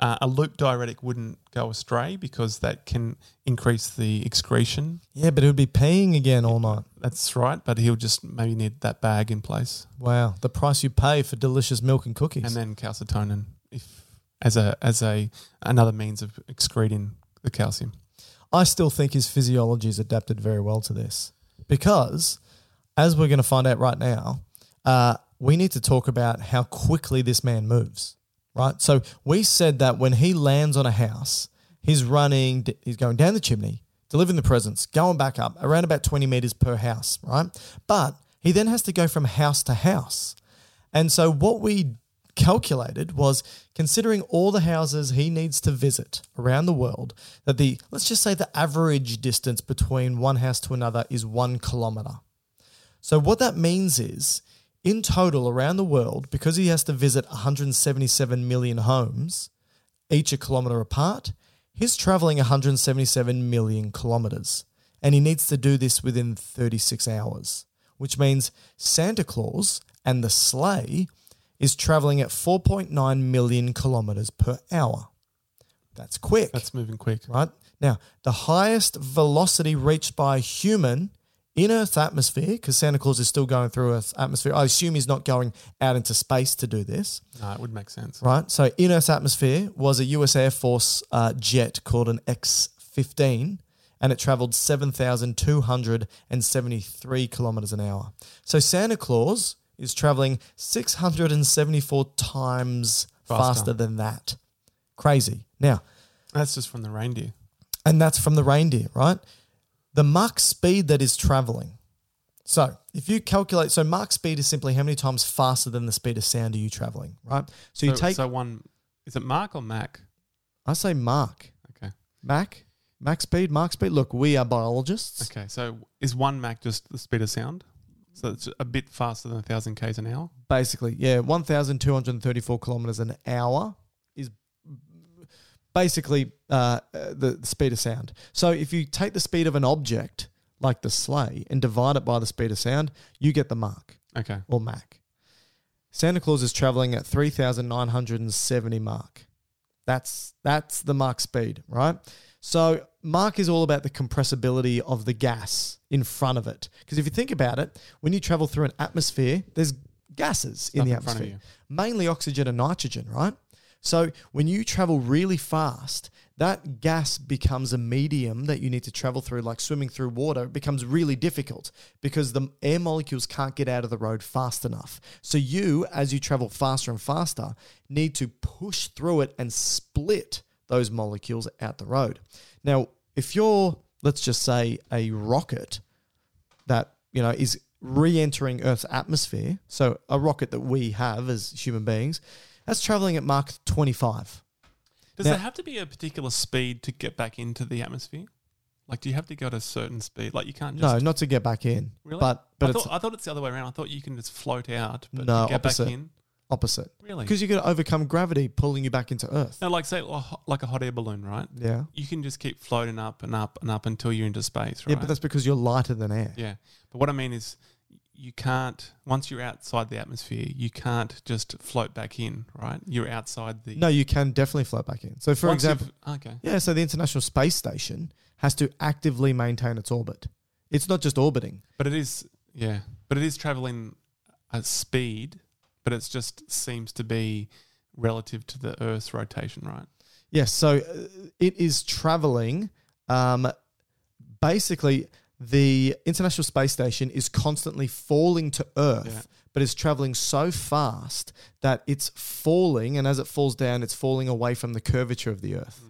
S2: Uh, a loop diuretic wouldn't go astray because that can increase the excretion.
S1: Yeah, but it would be peeing again all night.
S2: That's right, but he'll just maybe need that bag in place,
S1: Wow, the price you pay for delicious milk and cookies.
S2: and then calcitonin if as a as a another means of excreting the calcium.
S1: I still think his physiology is adapted very well to this because, as we're going to find out right now, uh, we need to talk about how quickly this man moves, right? So we said that when he lands on a house, he's running, he's going down the chimney, delivering the presents, going back up around about 20 meters per house, right? But he then has to go from house to house. And so what we calculated was considering all the houses he needs to visit around the world, that the let's just say the average distance between one house to another is one kilometer. So what that means is in total around the world, because he has to visit 177 million homes, each a kilometer apart, he's traveling 177 million kilometers. And he needs to do this within 36 hours, which means Santa Claus and the sleigh is traveling at 4.9 million kilometers per hour. That's quick
S2: That's moving quick.
S1: right? Now, the highest velocity reached by a human in Earth's atmosphere, because Santa Claus is still going through Earth's atmosphere. I assume he's not going out into space to do this,
S2: No, it would make sense.
S1: right? So, in Earth's atmosphere was a US Air Force uh, jet called an X 15, and it traveled 7,273 kilometers an hour. So, Santa Claus is traveling 674 times
S2: Faster.
S1: faster than that. Crazy. Now,
S2: That's just from the reindeer.
S1: and that's from the reindeer, right? The Mach speed that is traveling. So if you calculate, so Mach speed is simply how many times faster than the speed of sound are you traveling, right? So you take,
S2: so one. Is it Mark or Mac?
S1: I say Mach,
S2: Okay.
S1: Mach, Mach speed, Mach speed. Look, we are biologists.
S2: Okay. So is one Mac just the speed of sound? So it's a bit faster than thousand k's an hour.
S1: Basically, yeah, 1,234 kilometers an hour is basically uh, uh, the the speed of sound. So if you take the speed of an object, like the sleigh, and divide it by the speed of sound, you get the mark.
S2: Okay.
S1: or Mac. Santa Claus is traveling at 3,970 mark. That's that's the Mach speed, right? So Mach is all about the compressibility of the gas in front of it. Because if you think about it, when you travel through an atmosphere, there's gases in
S2: Stuff
S1: the
S2: in front of
S1: atmosphere, mainly oxygen and nitrogen, right? So when you travel really fast, that gas becomes a medium that you need to travel through, like swimming through water. It becomes really difficult because the air molecules can't get out of the road fast enough. So you, as you travel faster and faster, need to push through it and split those molecules out the road. Now, if you're, let's just say, a rocket that you know is re-entering Earth's atmosphere. So a rocket that we have as human beings, that's traveling at Mach 25.
S2: Does
S1: Now-
S2: there have to be a particular speed to get back into the atmosphere? Like, do you have to go at a certain speed? Like, you can't just
S1: no, not to get back in,
S2: really.
S1: but but
S2: I
S1: it's
S2: thought, I thought it's the other way around. I thought you can just float out, but
S1: No,
S2: you get
S1: opposite.
S2: back in.
S1: opposite
S2: Really? Um,
S1: because you're going to overcome gravity pulling you back into Earth.
S2: No, like say a ho- like a hot air balloon, right?
S1: Yeah,
S2: You can just keep floating up and up and up until you're into space, right?
S1: yeah, but that's because you're lighter than air.
S2: Yeah. But what I mean is you can't once you're outside the atmosphere, you can't just float back in, right? You're outside the
S1: No, you can definitely float back in. So for
S2: Once you've-
S1: example,
S2: Okay.
S1: yeah, so the International Space Station has to actively maintain its orbit. It's not just orbiting.
S2: But it is yeah. But it is travelling at speed, but it's just seems to be relative to the Earth's rotation, right?
S1: Yes, so uh, it is traveling. Um, basically, the International Space Station is constantly falling to Earth,
S2: Yeah.
S1: but it's traveling so fast that it's falling, and as it falls down, it's falling away from the curvature of the Earth.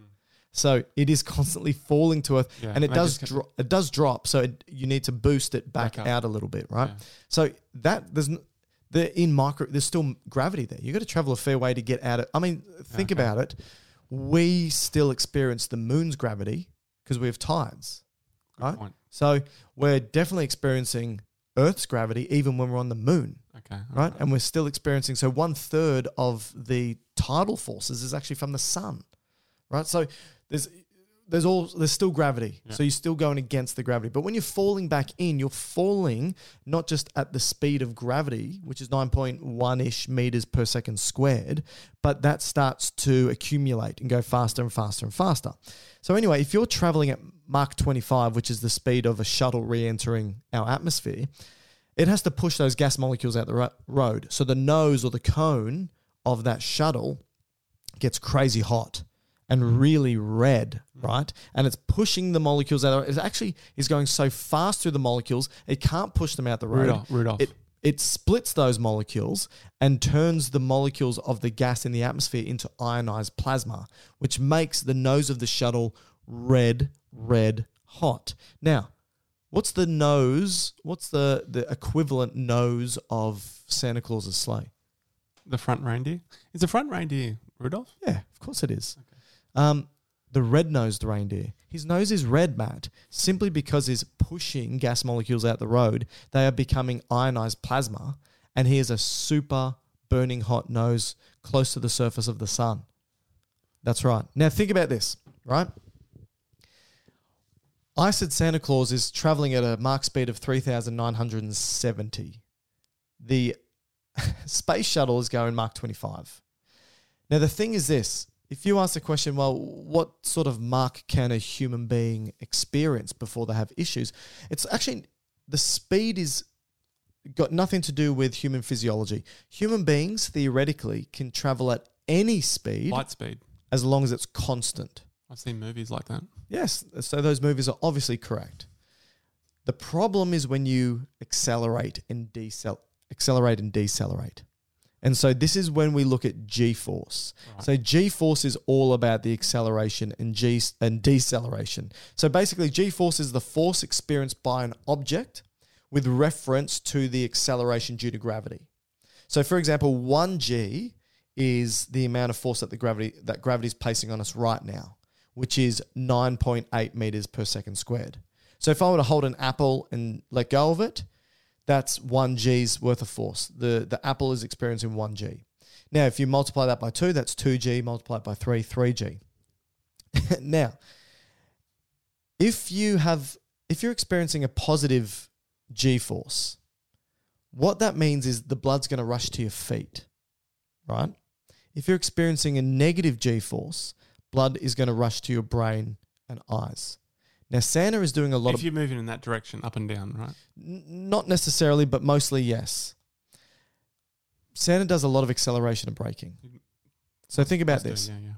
S1: So it is constantly falling to Earth,
S2: Hmm. Yeah,
S1: and it
S2: I
S1: does
S2: just kept-
S1: dro- it does drop. So it, you need to boost it back,
S2: Back up.
S1: out a little bit, right?
S2: Yeah.
S1: So that there's n- they're in micro. There's still gravity there. You got to travel a fair way to get out of. I mean, think
S2: Okay.
S1: about it. We still experience the moon's gravity because we have tides,
S2: Good
S1: right?
S2: point.
S1: So we're definitely experiencing Earth's gravity even when we're on the moon,
S2: Okay. all
S1: right? And we're still experiencing. So one third of the tidal forces is actually from the sun, right? So there's there's all there's still gravity, so you're still going against the gravity. But when you're falling back in, you're falling not just at the speed of gravity, which is 9.1 ish meters per second squared, but that starts to accumulate and go faster and faster and faster. So anyway, if you're traveling at Mach 25, which is the speed of a shuttle re-entering our atmosphere, it has to push those gas molecules out the ro- road. So the nose or the cone of that shuttle gets crazy hot
S2: Mm-hmm.
S1: and really red,
S2: Mm.
S1: right? And it's pushing the molecules out. It actually is going so fast through the molecules, it can't push them out the road.
S2: Rudolph, Rudolph.
S1: It, it splits those molecules and turns the molecules of the gas in the atmosphere into ionized plasma, which makes the nose of the shuttle red, red hot. Now, what's the nose? What's the, the equivalent nose of Santa Claus's sleigh?
S2: The front reindeer. Is the front reindeer Rudolph?
S1: Yeah, of course it is. Um, the red nosed reindeer. His nose is red, Matt, simply because he's pushing gas molecules out the road. They are becoming ionized plasma, and he has a super burning hot nose close to the surface of the sun. That's right. Now, think about this, right? I said Santa Claus is traveling at a Mach speed of 3,970. The space shuttle is going Mach 25. Now, the thing is this if you ask the question, well, what sort of mark can a human being experience before they have issues? It's actually the speed is got nothing to do with human physiology. Human beings theoretically can travel at any speed
S2: Light speed.
S1: as long as it's constant.
S2: I've seen movies like that.
S1: Yes, so those movies are obviously correct. The problem is when you accelerate and decel accelerate and decelerate. And so this is when we look at g-force. So g-force is all about the acceleration and g and deceleration. So basically g-force is the force experienced by an object with reference to the acceleration due to gravity. So, for example, one g is the amount of force that the gravity that gravity is placing on us right now, which is nine point eight meters per second squared. So, if I were to hold an apple and let go of it, that's one g's worth of force. the The apple is experiencing one g. Now, if you multiply that by two, that's two g. Multiplied by three, three g. now, if you have if you're experiencing a positive g force, what that means is the blood's going to rush to your feet, right? If you're experiencing a negative G force, blood is going to rush to your brain and eyes. Now, Santa is doing a lot
S2: If
S1: of.
S2: you're moving in that direction, up and down, right?
S1: N- not necessarily, but mostly yes. Santa does a lot of acceleration and braking. So think about
S2: Let's do it,
S1: this.
S2: Yeah, yeah.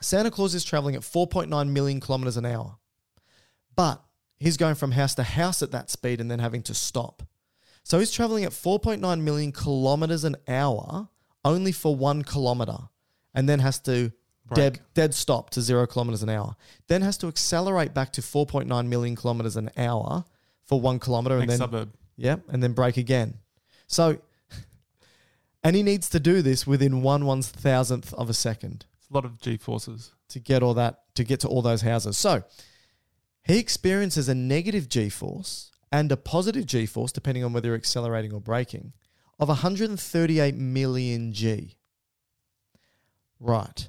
S1: Santa Claus is traveling at 4.9 million kilometers an hour, but he's going from house to house at that speed and then having to stop. So he's traveling at 4.9 million kilometers an hour only for one kilometer and then has to dead, dead stop to zero kilometers an hour, then has to accelerate back to 4.9 million kilometers an hour for one kilometer and then
S2: Next suburb.
S1: yeah, and then break again. So, and he needs to do this within one one thousandth of a second
S2: It's a lot of G forces.
S1: to get all that to get to all those houses. So, he experiences a negative g force and a positive g force, depending on whether you're accelerating or braking, of 138 million g. Right.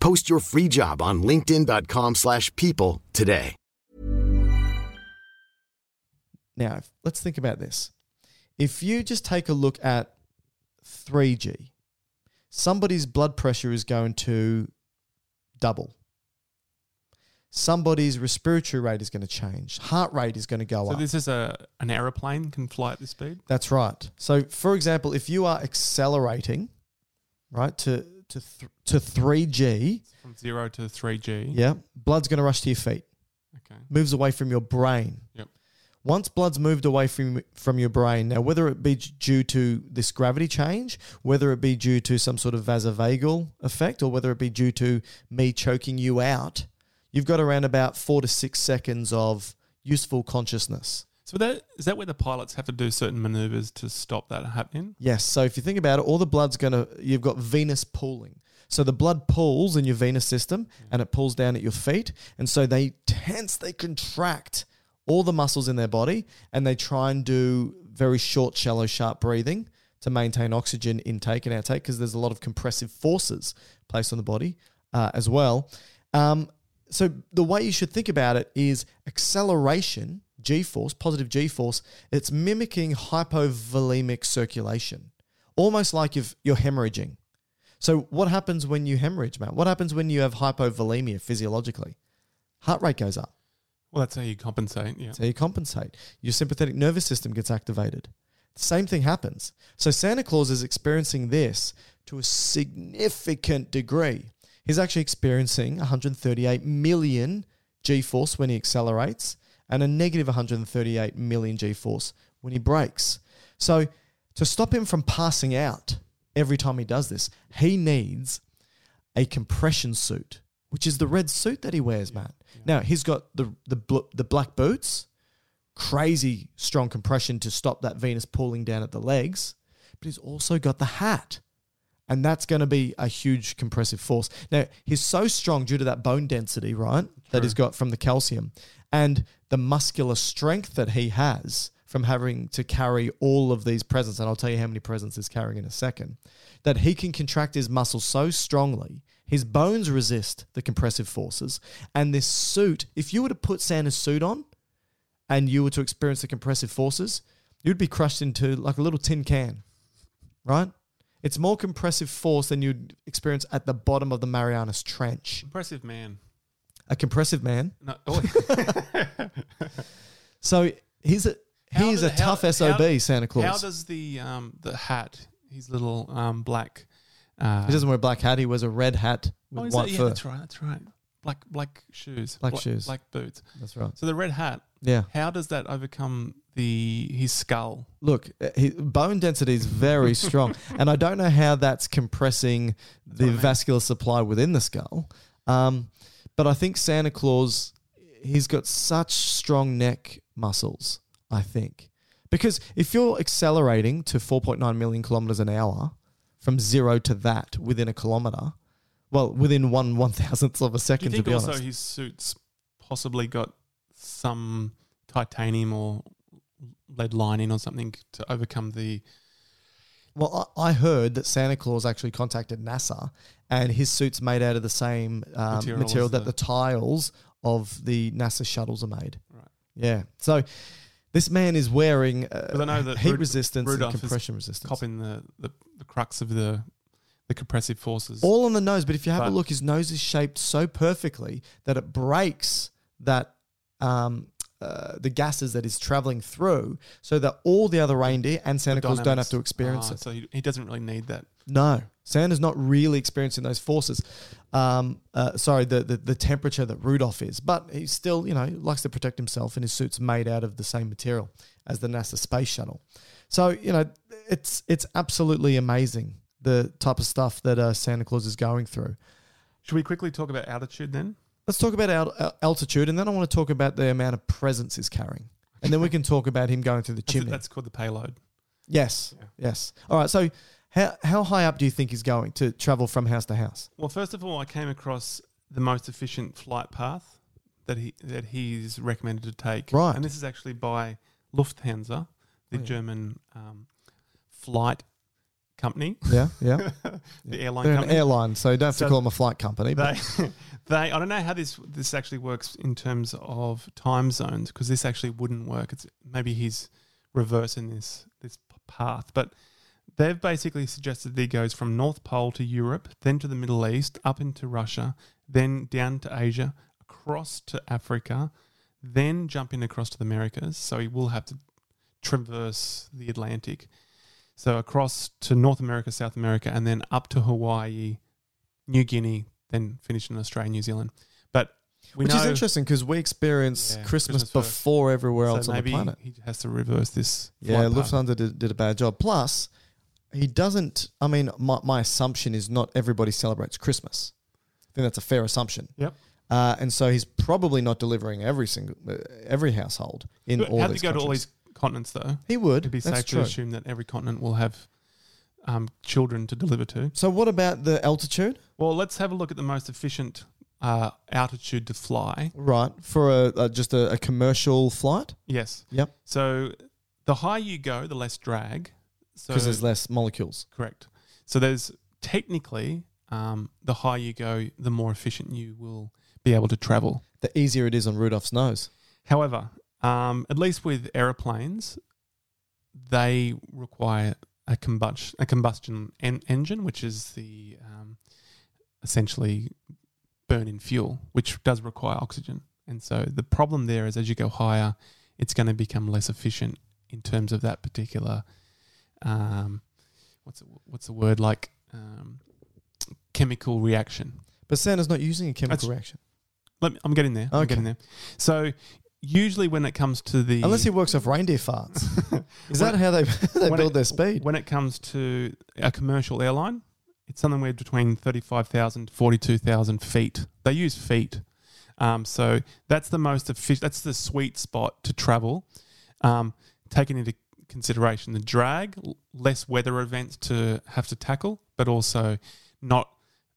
S3: Post your free job on linkedin.com/people slash people today.
S1: Now, if- let's think about this. If you just take a look at 3G, somebody's blood pressure is going to double. somebody's respiratory rate is going to change, heart rate is going to go
S2: So
S1: up.
S2: this is a an aeroplane can fly at this speed.
S1: That's right. So, for example, if you are accelerating, right to to th- to three G,
S2: from zero to three G.
S1: yeah, blood's going to rush to your feet,
S2: Okay.
S1: moves away from your brain.
S2: Yep.
S1: Once blood's moved away from from your brain, now whether it be j- due to this gravity change, whether it be due to some sort of vasovagal effect, or whether it be due to me choking you out, you've got around about four to six seconds of useful consciousness.
S2: So that is that where the pilots have to do certain maneuvers to stop that happening?
S1: Yes. So if you think about it, all the blood's going to, you've got venous pooling. So the blood pools in your venous system and it pulls down at your feet. And so they tense, they contract all the muscles in their body and they try and do very short, shallow, sharp breathing to maintain oxygen intake and outtake because there's a lot of compressive forces placed on the body uh, as well. Um, so the way you should think about it is acceleration, g force, positive g force. It's mimicking hypovolemic circulation, almost like if you're hemorrhaging. So what happens when you hemorrhage, Matt? What happens when you have hypovolemia physiologically? Heart rate goes up.
S2: Well, that's how you compensate. Yeah.
S1: So you compensate. Your sympathetic nervous system gets activated. Same thing happens. So Santa Claus is experiencing this to a significant degree. He's actually experiencing 138 million G force when he accelerates and a negative 138 million G force when he brakes. So to stop him from passing out every time he does this, he needs a compression suit, which is the red suit that he wears, Matt. Now he's got the the bl- the black boots, crazy strong compression to stop that venous pulling down at the legs, but he's also got the hat. And that's going to be a huge compressive force. Now, he's so strong due to that bone density, right? That he's got from the calcium and the muscular strength that he has from having to carry all of these presents. And I'll tell you how many presents he's carrying in a second. That he can contract his muscles so strongly, his bones resist the compressive forces. And this suit, if you were to put Santa's suit on, and you were to experience the compressive forces, you'd be crushed into like a little tin can, right? It's more compressive force than you'd experience at the bottom of the Marianas Trench.
S2: Impressive man.
S1: A compressive man.
S2: No, oh,
S1: So he's a
S2: how
S1: he is a
S2: did- how-
S1: tough sob,
S2: how-
S1: Santa Claus.
S2: How does the um the hat, his little um black uh
S1: he doesn't wear a black hat. He wears a red hat
S2: oh,
S1: with
S2: is
S1: white
S2: that, yeah,
S1: fur.
S2: that's right, that's right. Black black shoes.
S1: Black shoes.
S2: Black boots.
S1: That's right.
S2: So the red hat,
S1: Yeah.
S2: how does that overcome the his skull?
S1: Look, uh, he, bone density is very strong, and I don't know how that's compressing the vascular supply within the skull. Um, but I think Santa Claus, he's got such strong neck muscles. I think because if you're accelerating to 4.9 million kilometers an hour from zero to that within a kilometer, well, within one one thousandth of a
S2: Do you
S1: second, to
S2: think
S1: be
S2: also
S1: honest.
S2: his suits possibly got some titanium or lead lining or something to overcome the
S1: Well, I I heard that Santa Claus actually contacted NASA, and his suit's made out of the same um,
S2: Material
S1: material,
S2: as
S1: that
S2: the-
S1: the tiles of the NASA shuttles are made.
S2: Right.
S1: Yeah. So this man is wearing uh,
S2: Because I know that
S1: heat
S2: Rud-
S1: resistance
S2: Rudolph
S1: and
S2: is
S1: compression resistance.
S2: copping the, the, the crux of the the compressive forces.
S1: All on the nose, but if you have a
S2: But-
S1: look, his nose is shaped so perfectly that it breaks that um, uh, the gases that he's traveling through, so that all the other reindeer and Santa Claus don't have
S2: dynamics.
S1: to experience
S2: Ah,
S1: it.
S2: So he, he doesn't really need that.
S1: No, Santa's not really experiencing those forces. Um, uh, sorry, the, the the temperature that Rudolph is, but he still, you know, likes to protect himself, and his suit's made out of the same material as the NASA space shuttle. So you know, it's it's absolutely amazing the type of stuff that uh, Santa Claus is going through.
S2: Should we quickly talk about altitude then?
S1: Let's talk about al- al- altitude, and then I want to talk about the amount of presents he's carrying, and then we can talk about him going through the
S2: That's,
S1: chimney.
S2: that's called the payload.
S1: yes, yes. All right, so. How, how high up do you think he's going to travel from house to house?
S2: Well, first of all, I came across the most efficient flight path that he that he's recommended to take.
S1: Right. Oh,
S2: and this is actually by Lufthansa, the German um, flight company,
S1: Yeah, yeah.
S2: the airline
S1: They're an
S2: company.
S1: airline, so you don't have
S2: So
S1: to call them a flight company. But
S2: they, they. I don't know how this this actually works in terms of time zones because this actually wouldn't work. It's maybe he's reversing this this p- path, but they've basically suggested that he goes from North Pole to Europe, then to the Middle East, up into Russia, then down to Asia, across to Africa, then jumping across to the Americas. So he will have to traverse the Atlantic. So across to North America, South America, and then up to Hawaii, New Guinea, then finish in Australia, New Zealand. But we
S1: Which
S2: know
S1: is interesting because we experience
S2: Yeah,
S1: Christmas,
S2: Christmas first.
S1: before everywhere
S2: so
S1: else on the
S2: maybe
S1: planet.
S2: He has to reverse this.
S1: Yeah,
S2: flight path.
S1: Lufthansa did, did a bad job. Plus, he doesn't. I mean, my, my assumption is not everybody celebrates Christmas. I think that's a fair assumption.
S2: Yep.
S1: Uh, and so he's probably not delivering every single uh, every household in
S2: But
S1: all
S2: Had
S1: these
S2: to go to all
S1: countries.
S2: these continents though.
S1: He would.
S2: It'd be
S1: That's
S2: safe
S1: true.
S2: to assume that every continent will have um, children to deliver to.
S1: So what about the altitude?
S2: Well, let's have a look at the most efficient uh, altitude to fly.
S1: Right for a, a just a, a commercial flight.
S2: Yes.
S1: Yep.
S2: So the higher you go, the less drag. So
S1: Because there's less molecules.
S2: correct. So there's technically um, the higher you go, the more efficient you will be able to travel.
S1: The easier it is on Rudolph's nose.
S2: However, um, at least with aeroplanes, they require a combustion a combustion en- engine, which is the um, essentially burn in fuel, which does require oxygen. And so the problem there is, as you go higher, it's going to become less efficient in terms of that particular um, what's it, what's the word like um, chemical reaction.
S1: But Santa's not using a chemical
S2: That's-
S1: reaction
S2: Let me, I'm getting there. I'm
S1: Okay.
S2: getting there. So usually when it comes to the
S1: unless he works off reindeer farts. Is that how they they
S2: when
S1: build
S2: it-
S1: their speed?
S2: When it comes to a commercial airline, it's somewhere between 35,000 to 42,000 feet. They use feet. Um, so that's the most efficient, that's the sweet spot to travel. Um, taking into consideration the drag, l- less weather events to have to tackle, but also not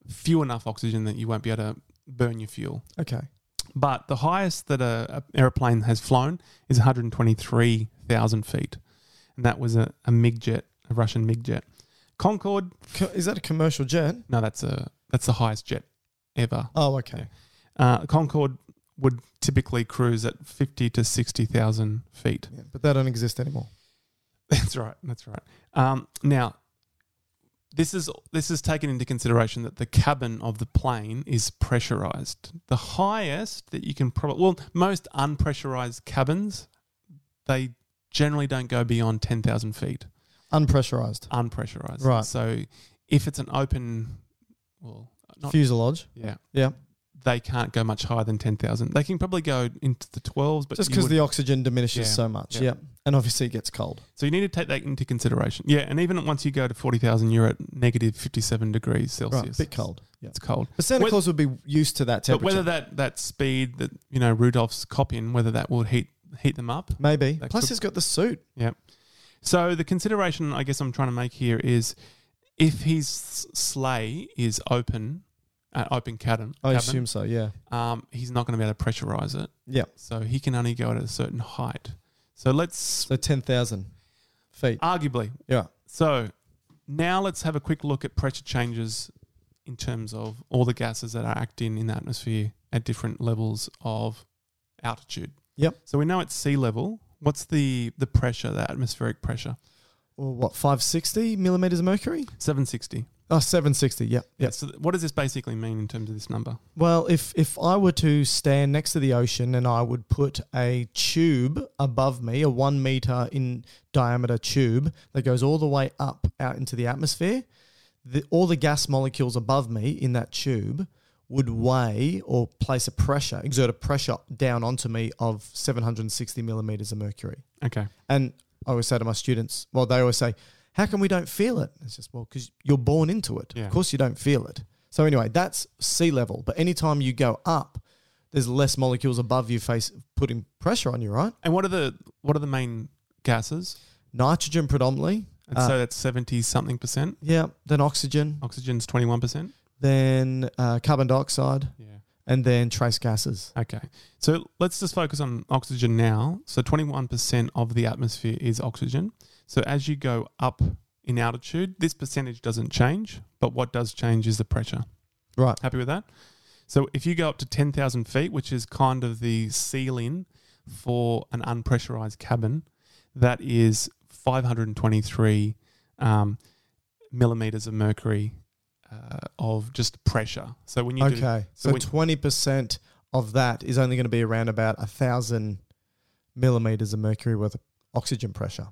S2: few enough oxygen that you won't be able to burn your fuel.
S1: Okay.
S2: But the highest that a, a airplane has flown is 123,000 feet, and that was a, a MiG jet, a Russian MiG jet. Concorde,
S1: Co- Is that a commercial jet?
S2: no, that's a that's the highest jet ever.
S1: Oh, okay.
S2: Uh, Concorde would typically cruise at 50 to 60,000 feet.
S1: Yeah, but they don't exist anymore.
S2: That's right. That's right. Um, now, this is this is taken into consideration that the cabin of the plane is pressurized. The highest that you can probably well, most unpressurized cabins, they generally don't go beyond ten thousand feet
S1: Unpressurized
S2: unpressurized.
S1: Right.
S2: So, if it's an open, well, not
S1: fuselage.
S2: yeah,
S1: Yeah,
S2: they can't go much higher than ten thousand. They can probably go into the twelves, but
S1: just
S2: you
S1: because
S2: would-
S1: the oxygen diminishes
S2: Yeah,
S1: so much.
S2: yeah.
S1: Yeah, and obviously it gets cold.
S2: So you need to take that into consideration. Yeah, and even once you go to forty thousand, you're at negative fifty-seven degrees Celsius.
S1: Right, bit cold. Yeah,
S2: It's cold.
S1: but Santa
S2: Whe-
S1: Claus would be used to that
S2: But
S1: temperature.
S2: whether that, that speed that you know Rudolph's copying, whether that will heat heat them up.
S1: maybe.
S2: that
S1: Plus,
S2: could-
S1: he's got the suit.
S2: Yeah. So the consideration I guess I'm trying to make here is if his sleigh is open, uh, open cabin,
S1: I
S2: cabin,
S1: assume so. Yeah,
S2: um, he's not going to be able to pressurize it,
S1: yeah.
S2: so he can only go at a certain height. So let's
S1: So ten thousand feet.
S2: arguably
S1: yeah,
S2: So now let's have a quick look at pressure changes in terms of all the gases that are acting in the atmosphere at different levels of altitude.
S1: yep.
S2: So we know at sea level, what's the the pressure, the atmospheric pressure?
S1: Or what? Five sixty millimeters of mercury?
S2: 760.
S1: Oh, 760. Yep.
S2: Yeah.
S1: Yep.
S2: So th- what does this basically mean in terms of this number?
S1: Well, if if I were to stand next to the ocean and I would put a tube above me, a one meter in diameter tube that goes all the way up out into the atmosphere, the, all the gas molecules above me in that tube would weigh or place a pressure, exert a pressure down onto me of 760 millimeters of mercury.
S2: Okay.
S1: And I always say to my students, well, they always say, how come we don't feel it? It's just, well, because you're born into it.
S2: Yeah.
S1: Of course you don't feel it. So anyway, that's sea level. But anytime you go up, there's less molecules above you face putting pressure on you, right?
S2: And what are the what are the main gases?
S1: Nitrogen predominantly.
S2: And
S1: Uh,
S2: so that's 70 something percent.
S1: yeah. Then oxygen.
S2: Oxygen's 21%.
S1: Then uh, carbon dioxide.
S2: Yeah.
S1: And then trace gases.
S2: Okay. So let's just focus on oxygen now. So 21% of the atmosphere is oxygen. So as you go up in altitude, this percentage doesn't change, but what does change is the pressure.
S1: Right.
S2: Happy with that? So if you go up to 10,000 feet, which is kind of the ceiling for an unpressurized cabin, that is 523 um, millimeters of mercury uh, of just pressure. So when you do,
S1: Okay. So
S2: when-
S1: twenty percent of that is only going to be around about a thousand millimeters of mercury worth of oxygen pressure.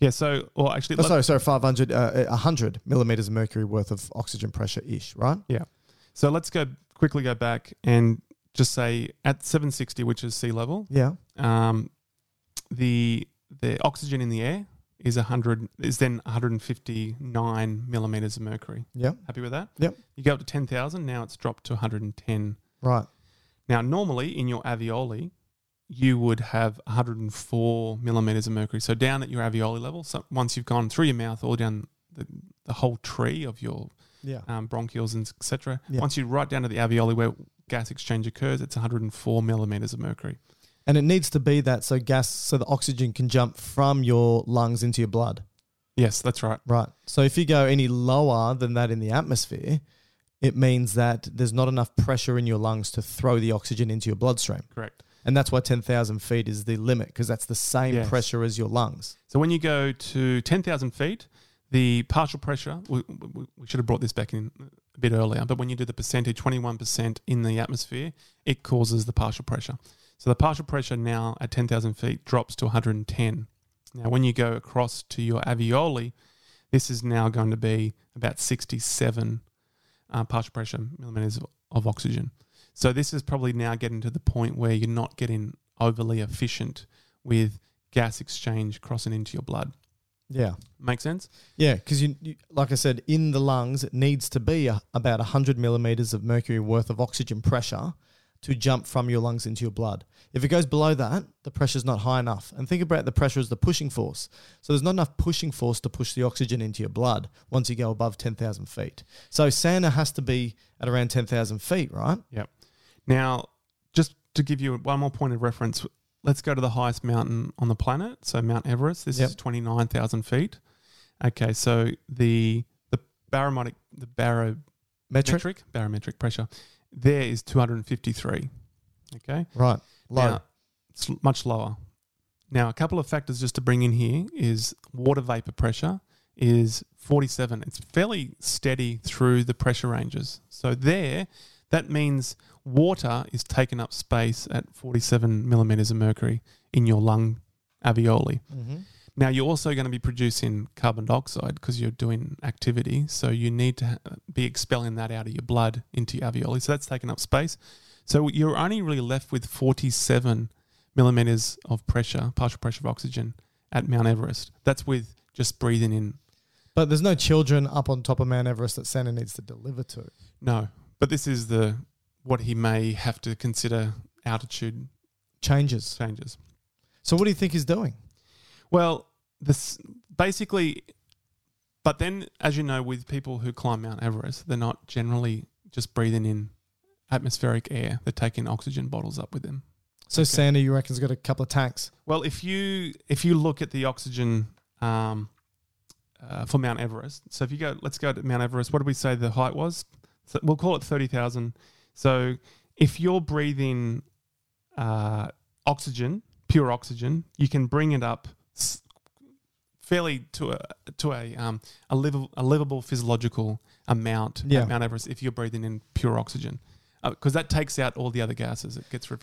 S2: Yeah, so, or actually,
S1: Oh,
S2: let-
S1: sorry, sorry, 500, uh, uh, 100 millimeters of mercury worth of oxygen pressure ish, right?
S2: Yeah. So let's go quickly go back and just say at 760, which is sea level,
S1: Yeah.
S2: um, the the oxygen in the air is 100 is then 159 millimeters of mercury.
S1: Yeah.
S2: Happy with that?
S1: Yep.
S2: You go up to 10,000. Now it's dropped to 110.
S1: Right.
S2: Now normally in your alveoli, you would have 104 millimeters of mercury. So down at your alveoli level, so once you've gone through your mouth all down the, the whole tree of your
S1: Yeah.
S2: um, bronchioles and etc.
S1: Yeah.
S2: Once you right down to the alveoli where gas exchange occurs, it's 104 millimeters of mercury.
S1: And it needs to be that so gas, so the oxygen can jump from your lungs into your blood.
S2: Yes, that's right.
S1: Right. So if you go any lower than that in the atmosphere, it means that there's not enough pressure in your lungs to throw the oxygen into your bloodstream.
S2: Correct.
S1: And that's why 10,000 feet is the limit because that's the same
S2: Yes.
S1: pressure as your lungs.
S2: So when you go to 10,000 feet, the partial pressure, we, we, we should have brought this back in a bit earlier, but when you do the percentage, 21% in the atmosphere, it causes the partial pressure. So the partial pressure now at 10,000 feet drops to 110. Now, when you go across to your alveoli, this is now going to be about 67 uh, partial pressure millimeters of, of oxygen. So this is probably now getting to the point where you're not getting overly efficient with gas exchange crossing into your blood.
S1: Yeah.
S2: Make sense?
S1: Yeah, because you, you, like I said, in the lungs, it needs to be a, about 100 millimeters of mercury worth of oxygen pressure to jump from your lungs into your blood. If it goes below that, the pressure's not high enough. And think about the pressure as the pushing force. So there's not enough pushing force to push the oxygen into your blood once you go above 10,000 feet. So Santa has to be at around 10,000 feet, right?
S2: Yep. Now, just to give you one more point of reference, let's go to the highest mountain on the planet, so Mount Everest. This
S1: Yep.
S2: is 29,000 feet. Okay, so the the barometric the barometric
S1: Metric?
S2: barometric pressure there is 253. Okay?
S1: Right. Low.
S2: Now, it's l- much lower. Now, a couple of factors just to bring in here is water vapor pressure is 47. It's fairly steady through the pressure ranges. So there, that means water is taking up space at 47 millimeters of mercury in your lung alveoli. Now, you're also going to be producing carbon dioxide because you're doing activity. So you need to ha- be expelling that out of your blood into your alveoli. So that's taking up space. So you're only really left with 47 millimeters of pressure, partial pressure of oxygen at Mount Everest. That's with just breathing in.
S1: But there's no children up on top of Mount Everest that Santa needs to deliver to.
S2: No, but this is the what he may have to consider altitude
S1: Changes.
S2: changes.
S1: So what do you think he's doing?
S2: Well, this basically, but then as you know, with people who climb Mount Everest, they're not generally just breathing in atmospheric air. They're taking oxygen bottles up with them.
S1: So Santa, you reckon's got a couple of tanks.
S2: Well, if you if you look at the oxygen um, uh, for Mount Everest, so if you go, let's go to Mount Everest. What did we say the height was? So we'll call it thirty thousand. So if you're breathing uh, oxygen, pure oxygen, you can bring it up s- fairly to a to a um, a, livable, a livable physiological amount
S1: Yeah.
S2: at Mount Everest if you're breathing in pure oxygen, because that takes out all the other gases. It gets rid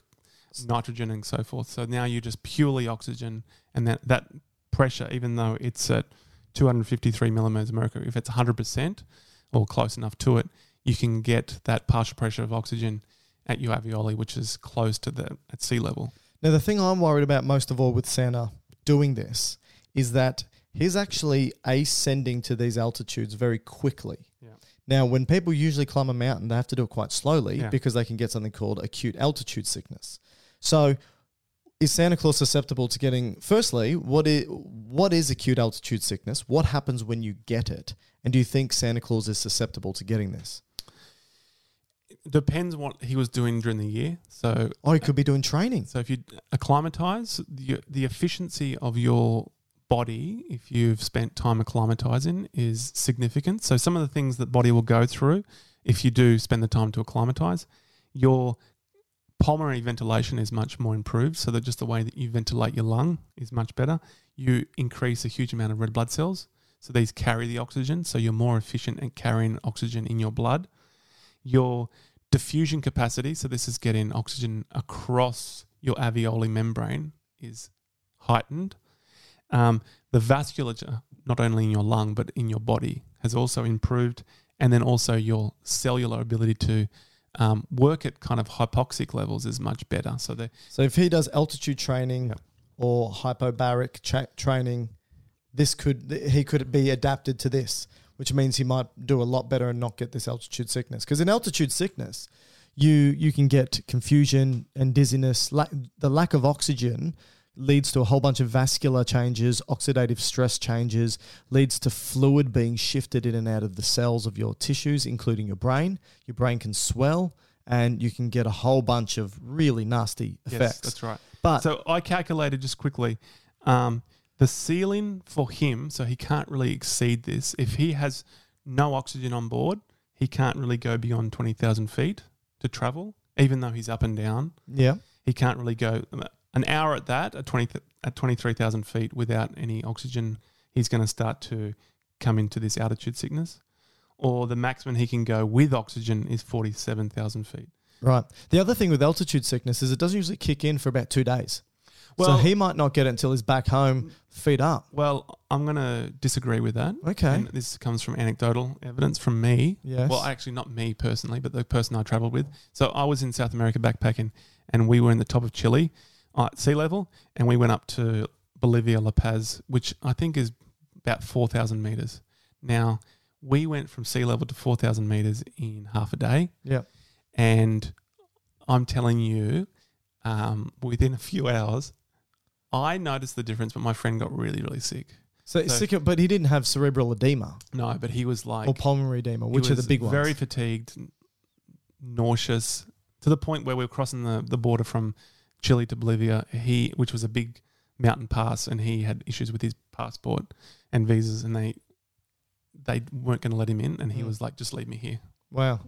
S2: nitrogen and so forth. So now you're just purely oxygen, and that that pressure, even though it's at 253 millimeters of mercury, if it's 100 percent or close enough to it, you can get that partial pressure of oxygen at your alveoli, which is close to the at sea level.
S1: Now, the thing I'm worried about most of all with Santa doing this is that he's actually ascending to these altitudes very quickly. Now, when people usually climb a mountain, they have to do it quite slowly
S2: Yeah.
S1: because they can get something called acute altitude sickness. So, is Santa Claus susceptible to getting? Firstly, what is what is acute altitude sickness? What happens when you get it? And do you think Santa Claus is susceptible to getting this?
S2: Depends what he was doing during the year. So
S1: Oh, he could be doing training.
S2: So if you acclimatize, the, the efficiency of your body, if you've spent time acclimatizing, is significant. So some of the things that body will go through, if you do spend the time to acclimatize, your pulmonary ventilation is much more improved. So that just the way that you ventilate your lung is much better. You increase a huge amount of red blood cells. So these carry the oxygen. So you're more efficient at carrying oxygen in your blood. Your diffusion capacity, so this is getting oxygen across your alveoli membrane, is heightened. Um, the vasculature, not only in your lung but in your body, has also improved, and then also your cellular ability to um, work at kind of hypoxic levels is much better. So the
S1: So if he does altitude training or hypobaric cha- training, this could th- he could be adapted to this, which means he might do a lot better and not get this altitude sickness. Because in altitude sickness, you you can get confusion and dizziness. La- the lack of oxygen leads to a whole bunch of vascular changes, oxidative stress changes, leads to fluid being shifted in and out of the cells of your tissues, including your brain. Your brain can swell. And you can get a whole bunch of really nasty effects.
S2: Yes, that's right.
S1: But
S2: so I calculated just quickly um, the ceiling for him, so he can't really exceed this. If he has no oxygen on board, he can't really go beyond 20,000 feet to travel, even though he's up and down.
S1: yeah,
S2: He can't really go um, an hour at that, at, 20, th- at 23,000 feet without any oxygen. He's going to start to come into this altitude sickness. Or the maximum he can go with oxygen is 47,000 feet.
S1: right. The other thing with altitude sickness is it doesn't usually kick in for about two days.
S2: Well-
S1: so he might not get it until he's back home, feet up.
S2: Well, I'm going to disagree with that.
S1: Okay.
S2: And this comes from anecdotal evidence from me.
S1: Yes.
S2: Well, actually, not me personally, but the person I traveled with. So I was in South America backpacking, and we were in the top of Chile uh, at sea level, and we went up to Bolivia, La Paz, which I think is about 4,000 meters. Now, we went from sea level to 4,000 meters in half a day.
S1: Yeah.
S2: And I'm telling you, um, within a few hours, I noticed the difference, but my friend got really, really sick.
S1: So, it's
S2: So-
S1: sick, but he didn't have cerebral edema
S2: No, but he was like,
S1: or pulmonary edema,
S2: he
S1: which are the
S2: was
S1: big ones.
S2: Very fatigued, n- nauseous, to the point where we were crossing the, the border from Chile to Bolivia. He, which was a big mountain pass, and he had issues with his passport and visas, and they they weren't going to let him in, and he
S1: Mm.
S2: was like, "Just leave me here.
S1: wow.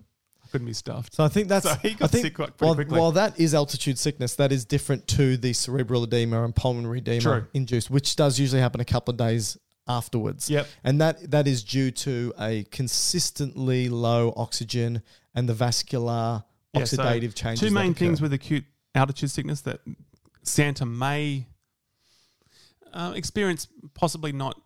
S2: I couldn't be stuffed."
S1: So I think that's.
S2: So he
S1: I
S2: got
S1: think
S2: sick quite pretty
S1: while,
S2: quickly.
S1: while that is altitude sickness, that is different to the cerebral edema and pulmonary edema
S2: True.
S1: induced, which does usually happen a couple of days afterwards.
S2: Yep.
S1: and that that is due to a consistently low oxygen and the vascular
S2: Yeah, so
S1: oxidative changes.
S2: Two
S1: that
S2: main
S1: occur.
S2: things with acute altitude sickness that Santa may uh, experience, possibly not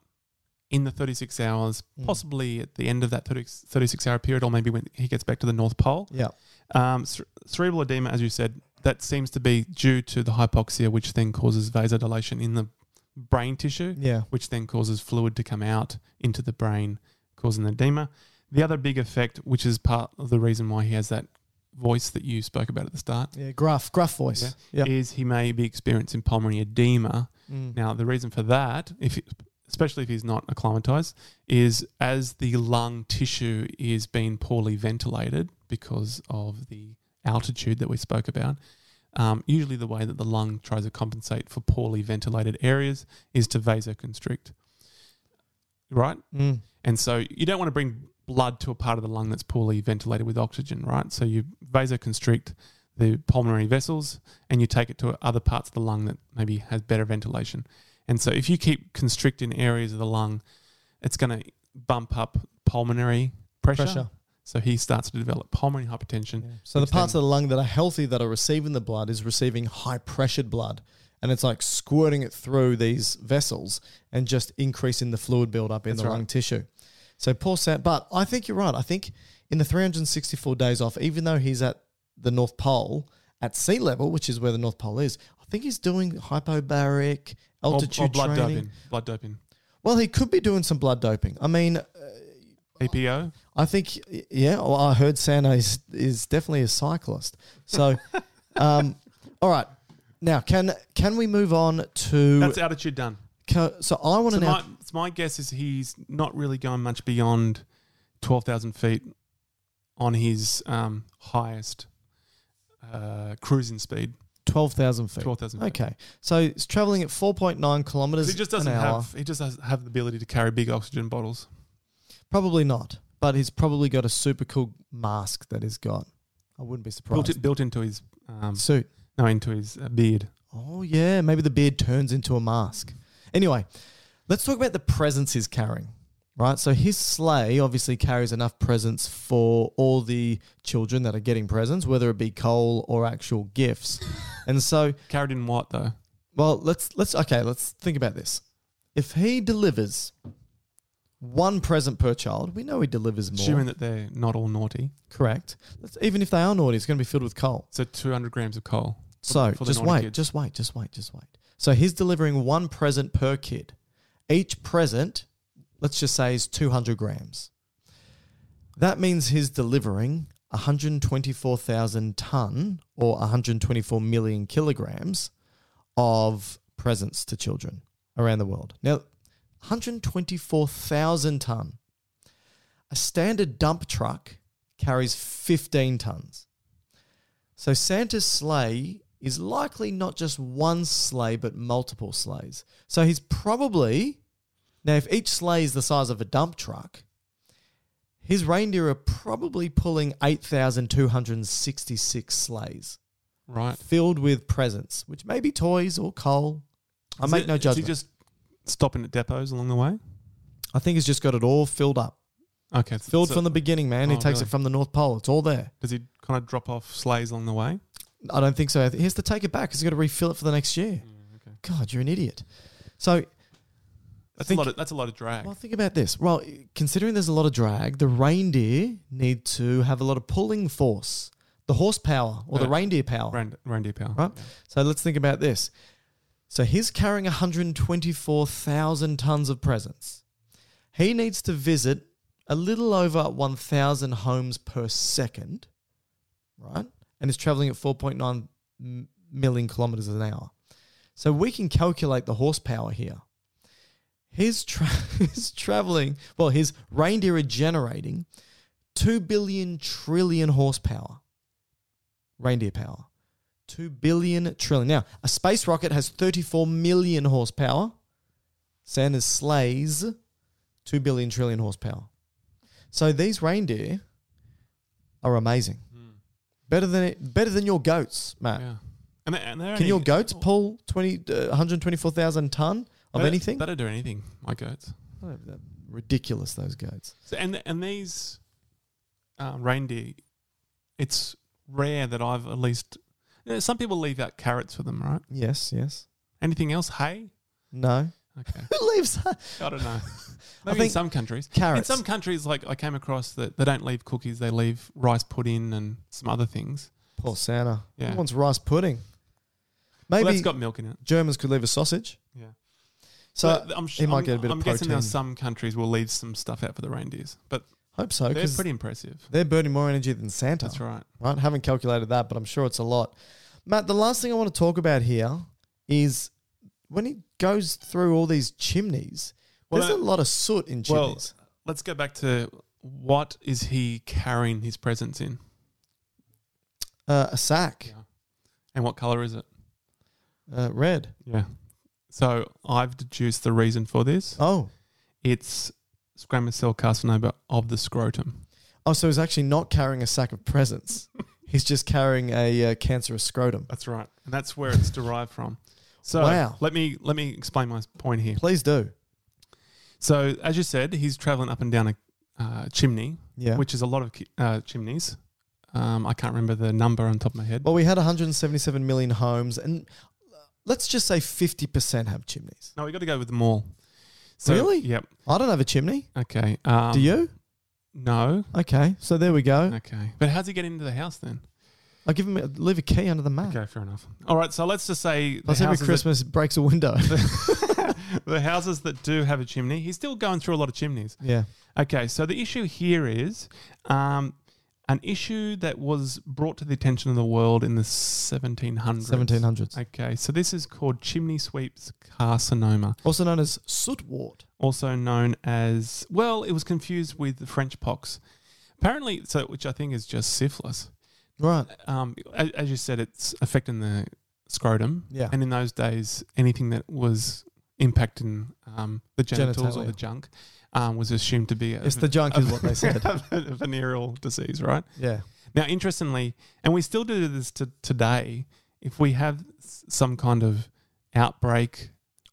S2: in the 36 hours,
S1: Hmm.
S2: possibly at the end of that 30, 36 hour period, or maybe when he gets back to the North Pole.
S1: yeah,
S2: Um, cere- cerebral edema, as you said, that seems to be due to the hypoxia, which then causes vasodilation in the brain tissue,
S1: Yeah.
S2: which then causes fluid to come out into the brain, causing edema. The other big effect, which is part of the reason why he has that voice that you spoke about at the start,
S1: yeah, gruff, gruff voice. Yeah, Mm.
S2: is he may be experiencing pulmonary edema. Now, the reason for that, if especially if he's not acclimatized, is as the lung tissue is being poorly ventilated because of the altitude that we spoke about. Um, usually, the way that the lung tries to compensate for poorly ventilated areas is to vasoconstrict, right?
S1: Mm.
S2: And so you don't want to bring blood to a part of the lung that's poorly ventilated with oxygen, right? So you vasoconstrict the pulmonary vessels and you take it to other parts of the lung that maybe has better ventilation. And so if you keep constricting areas of the lung, it's going to bump up pulmonary pressure.
S1: Pressure.
S2: So he starts to develop pulmonary hypertension.
S1: So the parts of the lung that are healthy that are receiving the blood is receiving high pressured blood, and it's like squirting it through these vessels and just increasing the fluid buildup in
S2: That's
S1: the
S2: right.
S1: lung tissue. So poor Sam, but I think you're right. I think in the 364 days off, even though he's at the North Pole at sea level, which is where the North Pole is, I think he's doing hypobaric
S2: Or- or
S1: altitude
S2: blood
S1: training.
S2: doping. Blood doping.
S1: Well, he could be doing some blood doping. I mean,
S2: APO.
S1: I think, yeah, well, I heard Santa is, is definitely a cyclist. So, um, all right. Now, can can we move on to.
S2: That's altitude done.
S1: co- so, I want
S2: So
S1: to know.
S2: my, so my guess is he's not really going much beyond 12,000 feet on his um, highest uh, cruising speed.
S1: 12,000 feet.
S2: 12,000 feet.
S1: Okay. So, it's traveling at 4.9 kilometers
S2: He just doesn't
S1: an hour.
S2: have he just doesn't have the ability to carry big oxygen bottles.
S1: Probably not. But he's probably got a super cool mask that he's got. I wouldn't be
S2: Built,
S1: surprised.
S2: it, built into his um,
S1: Suit.
S2: no into his uh, beard.
S1: Oh yeah, maybe the beard turns into a mask. Anyway, let's talk about the presents he's carrying. right? So his sleigh obviously carries enough presents for all the children that are getting presents, whether it be coal or actual gifts. and so,
S2: Carried in what though?
S1: well, let's let's okay, let's think about this. If he delivers one present per child, we know he delivers more.
S2: Assuming that they're not all naughty.
S1: Correct. Let's, even if they are naughty, it's going to be filled with coal.
S2: So 200 grams of coal. for-
S1: So
S2: for the
S1: just
S2: naughty
S1: wait,
S2: kids.
S1: just wait, just wait, just wait. So he's delivering one present per kid. Each present, let's just say, is 200 grams. That means he's delivering 124,000 ton or 124 million kilograms of presents to children around the world. Now, 124,000 ton. A standard dump truck carries 15 tons. So Santa's sleigh is likely not just one sleigh, but multiple sleighs. So he's probably now if each sleigh is the size of a dump truck, his reindeer are probably pulling eight thousand two hundred and sixty-six sleighs
S2: Right.
S1: filled with presents, which may be toys or coal. I
S2: Is
S1: make
S2: it-
S1: no
S2: is he
S1: judgment.
S2: just stopping at depots along the way?
S1: I think he's just got it all filled up,
S2: Okay. so-
S1: filled
S2: so
S1: from the beginning, man. he
S2: Oh,
S1: takes
S2: really?
S1: it from the North Pole. It's all there.
S2: Does he kind of drop off sleighs along the way?
S1: I don't think so. He has to take it back. He's got to refill it for the next year. God, you're an idiot. So
S2: That's
S1: Think-
S2: a lot. Of, that's a lot of drag.
S1: Well, think about this. Well, considering there's a lot of drag, the reindeer need to have a lot of pulling force, the horsepower or the
S2: Uh,
S1: reindeer power,
S2: Reindeer, reindeer power.
S1: right? So let's think about this. So he's carrying 124,000 tons of presents. He needs to visit a little over 1,000 homes per second, right? And is traveling at 4.9 m- million kilometers an hour. So we can calculate the horsepower here. His, tra- his traveling, well, his reindeer are generating 2 billion trillion horsepower, reindeer power. 2 billion trillion. Now, a space rocket has 34 million horsepower. Santa's sleighs 2 billion trillion horsepower. So these reindeer are amazing. Better than better than your goats, Matt.
S2: Yeah. And, they- and they're
S1: Can
S2: only-
S1: your goats pull 20 uh, 124,000 ton of
S2: They-
S1: anything?
S2: They don't do anything. My goats.
S1: Oh, they're ridiculous those goats.
S2: So, and and these uh, reindeer, it's rare that I've at least. you know, some people leave out carrots for them, right?
S1: Yes, yes.
S2: Anything else? Hay.
S1: No.
S2: Okay.
S1: Who leaves
S2: I don't know. Maybe in
S1: think
S2: some countries.
S1: carrots.
S2: In some countries, like I came across that they don't leave cookies; they leave rice pudding and some other things.
S1: Poor Santa.
S2: Yeah.
S1: Who wants rice pudding? Maybe
S2: well, that's got milk in it.
S1: Germans could leave a sausage.
S2: Yeah.
S1: So
S2: But I'm
S1: he might get a bit
S2: I'm
S1: of
S2: guessing there
S1: protein.
S2: are some countries will leave some stuff out for the reindeers, but
S1: Hope so,
S2: they're
S1: because
S2: pretty impressive.
S1: they're burning more energy than Santa.
S2: That's right.
S1: Right? Haven't calculated that, but I'm sure it's a lot. Matt, the last thing I want to talk about here is when he goes through all these chimneys.
S2: Well,
S1: there's a
S2: uh,
S1: lot of soot in
S2: Well,
S1: chimneys.
S2: let's go back to what is he carrying his presents in,
S1: uh, a sack,
S2: and what color is it?
S1: uh, red.
S2: Yeah. So I've deduced the reason for this.
S1: Oh,
S2: It's squamous cell carcinoma of the scrotum.
S1: oh, so he's actually not carrying a sack of presents. he's just carrying a uh, cancerous scrotum.
S2: That's right, and that's where it's derived from. So
S1: Wow.
S2: let me let me explain my point here.
S1: Please do.
S2: So as you said, he's traveling up and down a uh, chimney,
S1: Yeah.
S2: which is a lot of ki- uh, chimneys. Um, I can't remember the number on top of my head.
S1: Well, we had 177 million homes, and uh, let's just say 50% have chimneys.
S2: no, we got to go with them all. So,
S1: Really?
S2: Yep.
S1: I don't have a chimney.
S2: Okay. Um,
S1: do you?
S2: No.
S1: Okay, so there we go.
S2: Okay. But how's he get into the house then?
S1: I give him a, leave a key under the mat.
S2: Okay, fair enough. All right. So let's just say the
S1: Plus, every
S2: houses,
S1: Christmas breaks a window.
S2: That, the houses that do have a chimney, he's still going through a lot of chimneys.
S1: yeah.
S2: Okay, so the issue here is um, an issue that was brought to the attention of the world in the 1700s.
S1: 1700s.
S2: Okay, so this is called chimney sweeps carcinoma,
S1: Also known as sootwort.
S2: also known as, well, it was confused with the French pox. Apparently, so which I think is just syphilis.
S1: Right.
S2: Um, as, as you said, it's affecting the scrotum.
S1: Yeah.
S2: And in those days, anything that was impacting um, the genitals or
S1: Genitalia.
S2: the junk um, was assumed to be a,
S1: It's the junk, is what they said.
S2: a venereal disease, right?
S1: Yeah.
S2: Now, interestingly, and we still do this to today, if we have s- some kind of outbreak,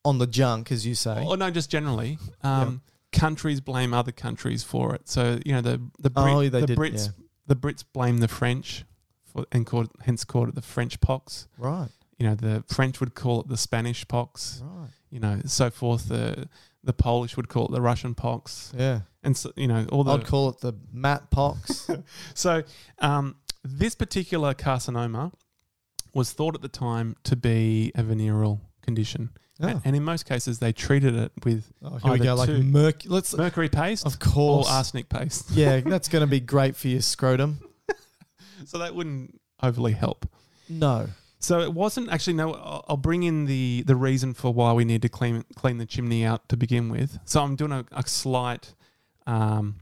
S1: On the junk, as you say.
S2: or no, just Oh, generally, um, countries blame other countries for it. So you know the the, Brit,
S1: Oh, they
S2: the
S1: did,
S2: Brits
S1: yeah.
S2: the Brits blame the French for and called hence called it the French pox.
S1: Right.
S2: You know the French would call it the Spanish pox.
S1: Right.
S2: You know so forth. The the Polish would call it the Russian pox,
S1: Yeah.
S2: and so, you know all the
S1: I'd call it the Matt Pox.
S2: so um, this particular carcinoma was thought at the time to be a venereal condition, A-
S1: Oh.
S2: and in most cases they treated it with
S1: Oh, here we
S2: Either
S1: go. Like
S2: two.
S1: merc. Let's.
S2: mercury paste
S1: Of course.
S2: or arsenic paste.
S1: yeah, that's going to be great for your scrotum.
S2: so that wouldn't overly help.
S1: No.
S2: So it wasn't actually. No, I'll I'll bring in the the reason for why we need to clean clean the chimney out to begin with. So I'm doing a, a slight um,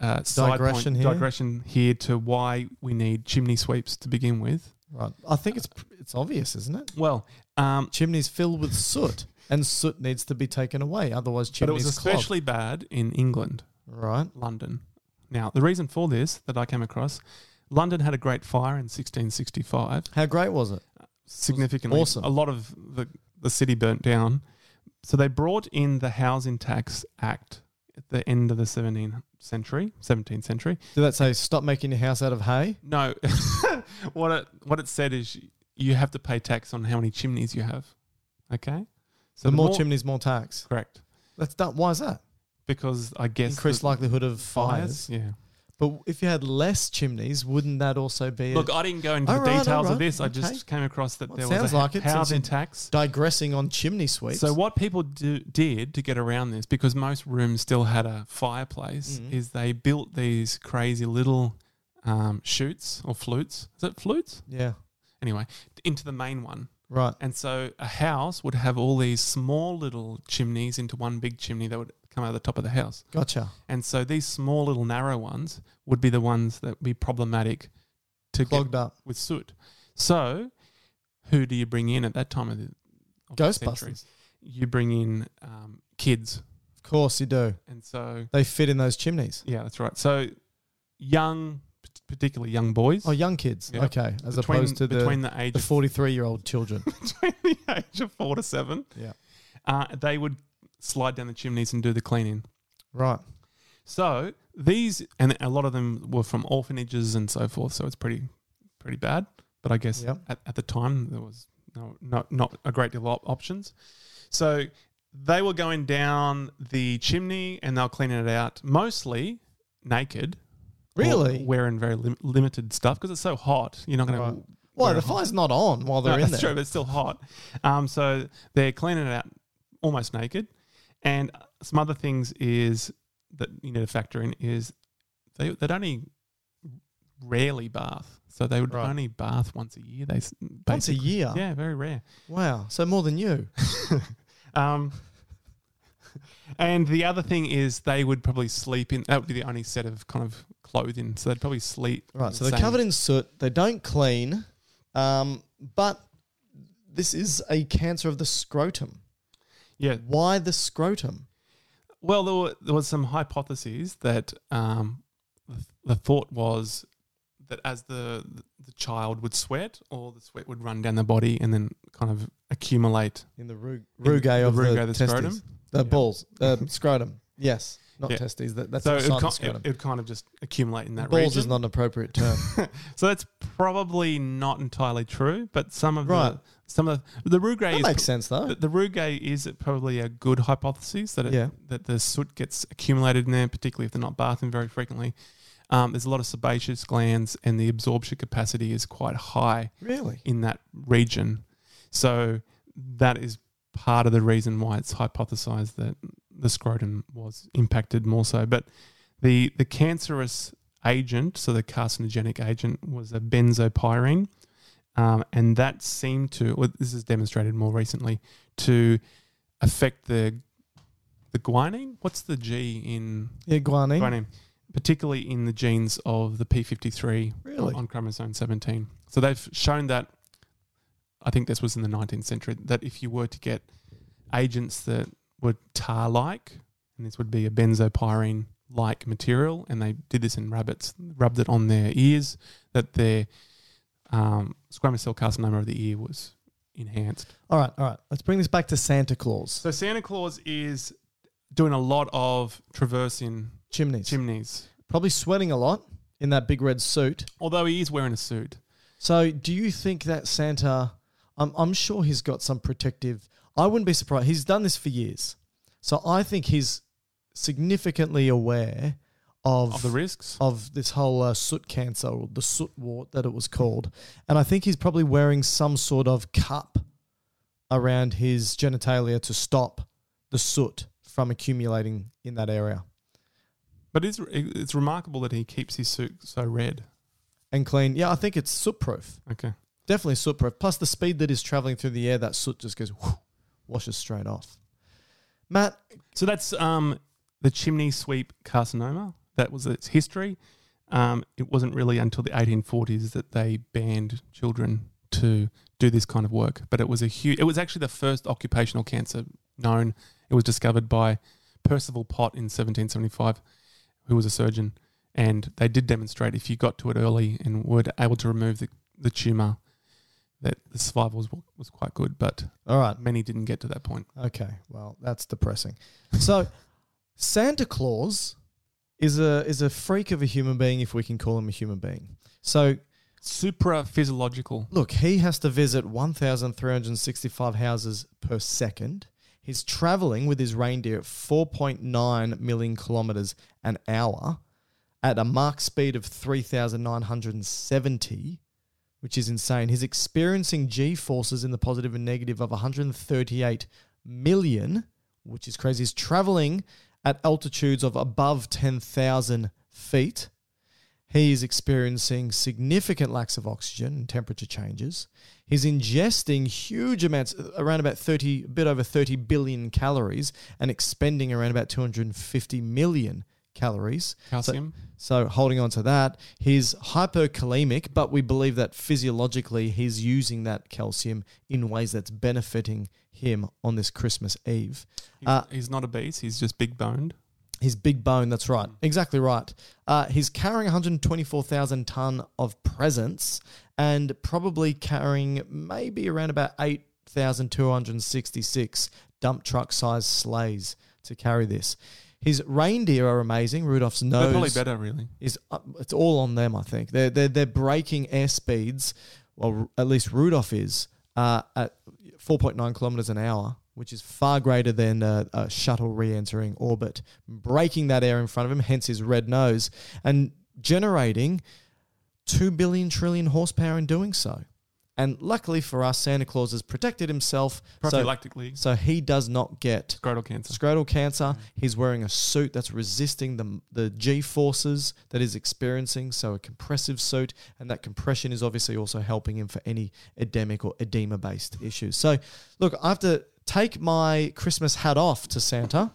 S2: uh, side
S1: Digression
S2: point,
S1: here?
S2: digression here to why we need chimney sweeps to begin with.
S1: Right. I think it's it's obvious, isn't it?
S2: Well, um,
S1: Chimneys filled with soot, and soot needs to be taken away. Otherwise,
S2: but it
S1: chimneys
S2: was especially bad in England,
S1: clog. right.
S2: London. Now the reason for this that I came across, London had a great fire in 1665.
S1: How great was it?
S2: significantly.
S1: Awesome.
S2: A lot of the, the city burnt down. So they brought in the Housing Tax Act at the end of the 17th century, 17th century.
S1: Did that say stop making your house out of hay?
S2: No, what it what it said is you have to pay tax on how many chimneys you have. Okay? So
S1: the, more, chimneys, more tax.
S2: correct.
S1: That's that. Why is that?
S2: Because I guess
S1: Increased
S2: the
S1: likelihood of fires.
S2: Yeah.
S1: But if you had less chimneys, wouldn't that also be
S2: Look, I didn't go into the
S1: Alright,
S2: details of
S1: alright,
S2: this. I
S1: okay.
S2: just came across that
S1: Well,
S2: there
S1: sounds
S2: was a
S1: like it, since
S2: housing
S1: you-
S2: tax.
S1: digressing on chimney sweeps?
S2: So what people do, did to get around this, because most rooms still had a fireplace, is they built these crazy little um, chutes or flutes. Is it flutes?
S1: Yeah.
S2: Anyway, into the main one.
S1: Right.
S2: And so a house would have all these small little chimneys into one big chimney that would come out of the top of the house.
S1: Gotcha.
S2: And so these small little narrow ones would be the ones that would be problematic to
S1: Clogged
S2: get
S1: up.
S2: with soot. So who do you bring in at that time of the of the century?
S1: Ghostbusters.
S2: you bring in um, kids.
S1: Of course you do.
S2: And so,
S1: They fit in those chimneys.
S2: yeah, that's right. So, young, p- particularly young boys.
S1: Oh, young kids.
S2: Yeah.
S1: Okay. As
S2: between,
S1: opposed to
S2: between
S1: the,
S2: the age
S1: the
S2: of
S1: 43 year old children.
S2: between the age of four to seven,
S1: yeah.
S2: uh, they would slide down the chimneys and do the cleaning.
S1: Right.
S2: So these, and a lot of them were from orphanages and so forth. So it's pretty, pretty bad. But I guess
S1: Yep.
S2: at, at the time there was no, no, not a great deal of options. So they were going down the chimney and they'll cleaning it out mostly naked. or
S1: Really?
S2: wearing very lim- limited stuff because it's so hot. You're not going
S1: Right.
S2: to.
S1: Well, the fire's not on while they're
S2: No,
S1: in
S2: that's
S1: there.
S2: true, but it's still hot. Um, so they're cleaning it out almost naked, and some other things is that you need to factor in is they they'd only rarely bath, so they would
S1: Right.
S2: only bath once a year. They s-
S1: Once a
S2: basically-
S1: year.
S2: yeah, very rare.
S1: Wow. So more than you.
S2: Um, and the other thing is they would probably sleep in. That would be the only set of kind of clothing, so they'd probably sleep.
S1: Right. So they're
S2: same-
S1: covered in soot. They don't clean. Um, but this is a cancer of the scrotum.
S2: yeah.
S1: Why the scrotum?
S2: Well, there were, there was some hypotheses that um, the, the thought was that as the the child would sweat, all the sweat would run down the body and then kind of accumulate.
S1: In the rug-
S2: the-
S1: rugae
S2: the
S1: of
S2: rugae
S1: the,
S2: of the
S1: testes.
S2: scrotum?
S1: The
S2: Yeah.
S1: balls. Uh, scrotum. Yes. Not
S2: Yeah.
S1: testes. That, that's
S2: so it
S1: outside the
S2: would, ki- it,
S1: scrotum.
S2: it would kind of just accumulate in that
S1: balls
S2: region.
S1: is not an appropriate term.
S2: so that's probably not entirely true, but some of
S1: Right.
S2: the some of the, the rugae
S1: that
S2: is
S1: makes
S2: pro-
S1: sense though.
S2: The, the rugae is probably a good hypothesis that it,
S1: Yeah.
S2: that the soot gets accumulated in there, particularly if they're not bathing very frequently. Um, there's a lot of sebaceous glands, and the absorption capacity is quite high
S1: really?
S2: in that region. So that is part of the reason why it's hypothesized that the scrotum was impacted more so. But the the cancerous agent, so the carcinogenic agent, was a benzopyrene, um, and that seemed to well, this is demonstrated more recently to affect the the guanine. What's the G in
S1: Yeah, guanine.
S2: guanine? Particularly in the genes of the P53
S1: Really?
S2: on chromosome 17. So they've shown that, I think this was in the 19th century, that if you were to get agents that were tar like, and this would be a benzopyrene like material, and they did this in rabbits, rubbed it on their ears, that their um, squamous cell carcinoma of the ear was enhanced.
S1: All right, all right. Let's bring this back to Santa Claus.
S2: So Santa Claus is doing a lot of traversing
S1: Chimneys.
S2: chimneys.
S1: Probably sweating a lot in that big red suit.
S2: Although he is wearing a suit.
S1: So, do you think that Santa? I'm, I'm sure he's got some protective. I wouldn't be surprised. He's done this for years, so I think he's significantly aware of,
S2: Of the risks?
S1: of this whole uh, soot cancer, or the soot wart that it was called, and I think he's probably wearing some sort of cup around his genitalia to stop the soot from accumulating in that area
S2: But it's it's remarkable that he keeps his suit so red.
S1: and clean. Yeah, I think it's soot proof.
S2: Okay.
S1: Definitely soot proof. Plus the speed that is traveling through the air, that soot just goes whoosh, washes straight off. Matt,
S2: So that's um, the chimney sweep carcinoma. That was its history. Um, it wasn't really until the 1840s that they banned children to do this kind of work. But it was a huge. It was actually the first occupational cancer known. It was discovered by Percival Pott in 1775, who was a surgeon, and they did demonstrate if you got to it early and were able to remove the, the tumor, that the survival was, was quite good. But
S1: all right.
S2: many didn't get to that point.
S1: Okay, well, that's depressing. So Santa Claus is a is a freak of a human being if we can call him a human being. So
S2: Supra physiological.
S1: Look, he has to visit 1,365 houses per second. He's traveling with his reindeer at 4.9 million kilometers an hour at a mark speed of 3,970, which is insane. He's experiencing G forces in the positive and negative of 138 million, which is crazy. He's traveling at altitudes of above 10,000 feet. He is experiencing significant lacks of oxygen and temperature changes. He's ingesting huge amounts, uh, around about 30, a bit over 30 billion calories, and expending around about 250 million calories. So-
S2: Calcium.
S1: So, holding on to that, he's hyperkalemic, but we believe that physiologically he's using that calcium in ways that's benefiting him on this Christmas Eve.
S2: He's,
S1: Uh,
S2: he's not obese. He's just big boned.
S1: His big bone, that's right.
S2: Mm.
S1: Exactly right. Uh, he's carrying 124,000 ton of presents and probably carrying maybe around about 8,266 dump truck size sleighs to carry this. His reindeer are amazing. Rudolph's nose
S2: They're probably better, really.
S1: is uh, it's all on them. I think they're they're they're breaking air speeds. Well, r- at least Rudolph is uh, at 4.9 kilometers an hour, which is far greater than a, a shuttle re-entering orbit, breaking that air in front of him. Hence his red nose and generating two billion trillion horsepower in doing so. And luckily for us, Santa Claus has protected himself, so,
S2: Prophylactically,
S1: so he does not get
S2: scrotal cancer.
S1: scrotal cancer. He's wearing a suit that's resisting the the g forces that he's experiencing, so a compressive suit, and that compression is obviously also helping him for any edemic or edema based issues. So, look, I have to take my Christmas hat off to Santa,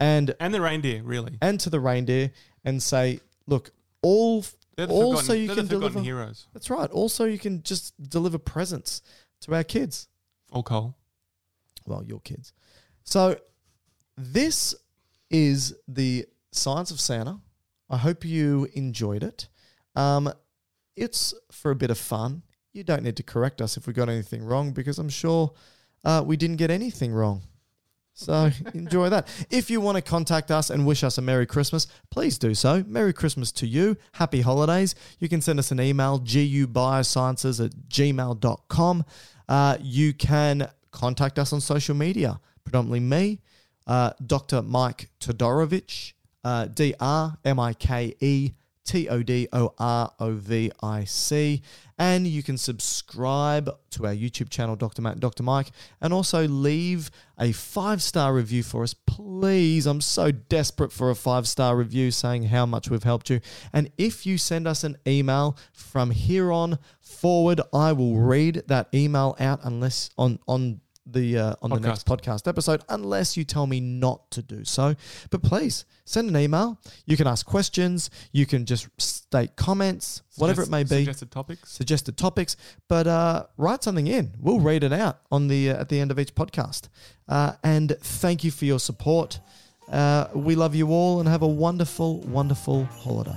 S1: and
S2: and the reindeer, really.
S1: and to the reindeer, and say, look, all
S2: They're the
S1: all
S2: forgotten-
S1: so you
S2: they're
S1: can
S2: the forgotten
S1: deliver.
S2: heroes.
S1: That's right. Also, you can just deliver presents to our kids.
S2: All coal.
S1: well, your kids. So this is the science of Santa. I hope you enjoyed it. Um, it's for a bit of fun. You don't need to correct us if we got anything wrong because I'm sure uh, we didn't get anything wrong. So enjoy that. If you want to contact us and wish us a Merry Christmas, please do so. Merry Christmas to you. Happy holidays. You can send us an email, gubiosciences at gmail.com. Uh, you can contact us on social media, predominantly me, uh, Dr. Mike Todorovich, uh, D R M I K E T O D O R O V I C. And you can subscribe to our YouTube channel, Dr. Matt and Dr. Mike, and also leave a five star review for us. Please, I'm so desperate for a five star review saying how much we've helped you. And if you send us an email from here on forward, I will read that email out unless on, on, the uh, on the next podcast episode unless you tell me not to do so but please send an email you can ask questions you can just state comments whatever it may
S2: Suggest-
S1: be
S2: Suggested topics.
S1: suggested topics but uh, write something in we'll read it out on the uh, at the end of each podcast uh, and thank you for your support uh, we love you all and have a wonderful wonderful holiday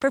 S4: for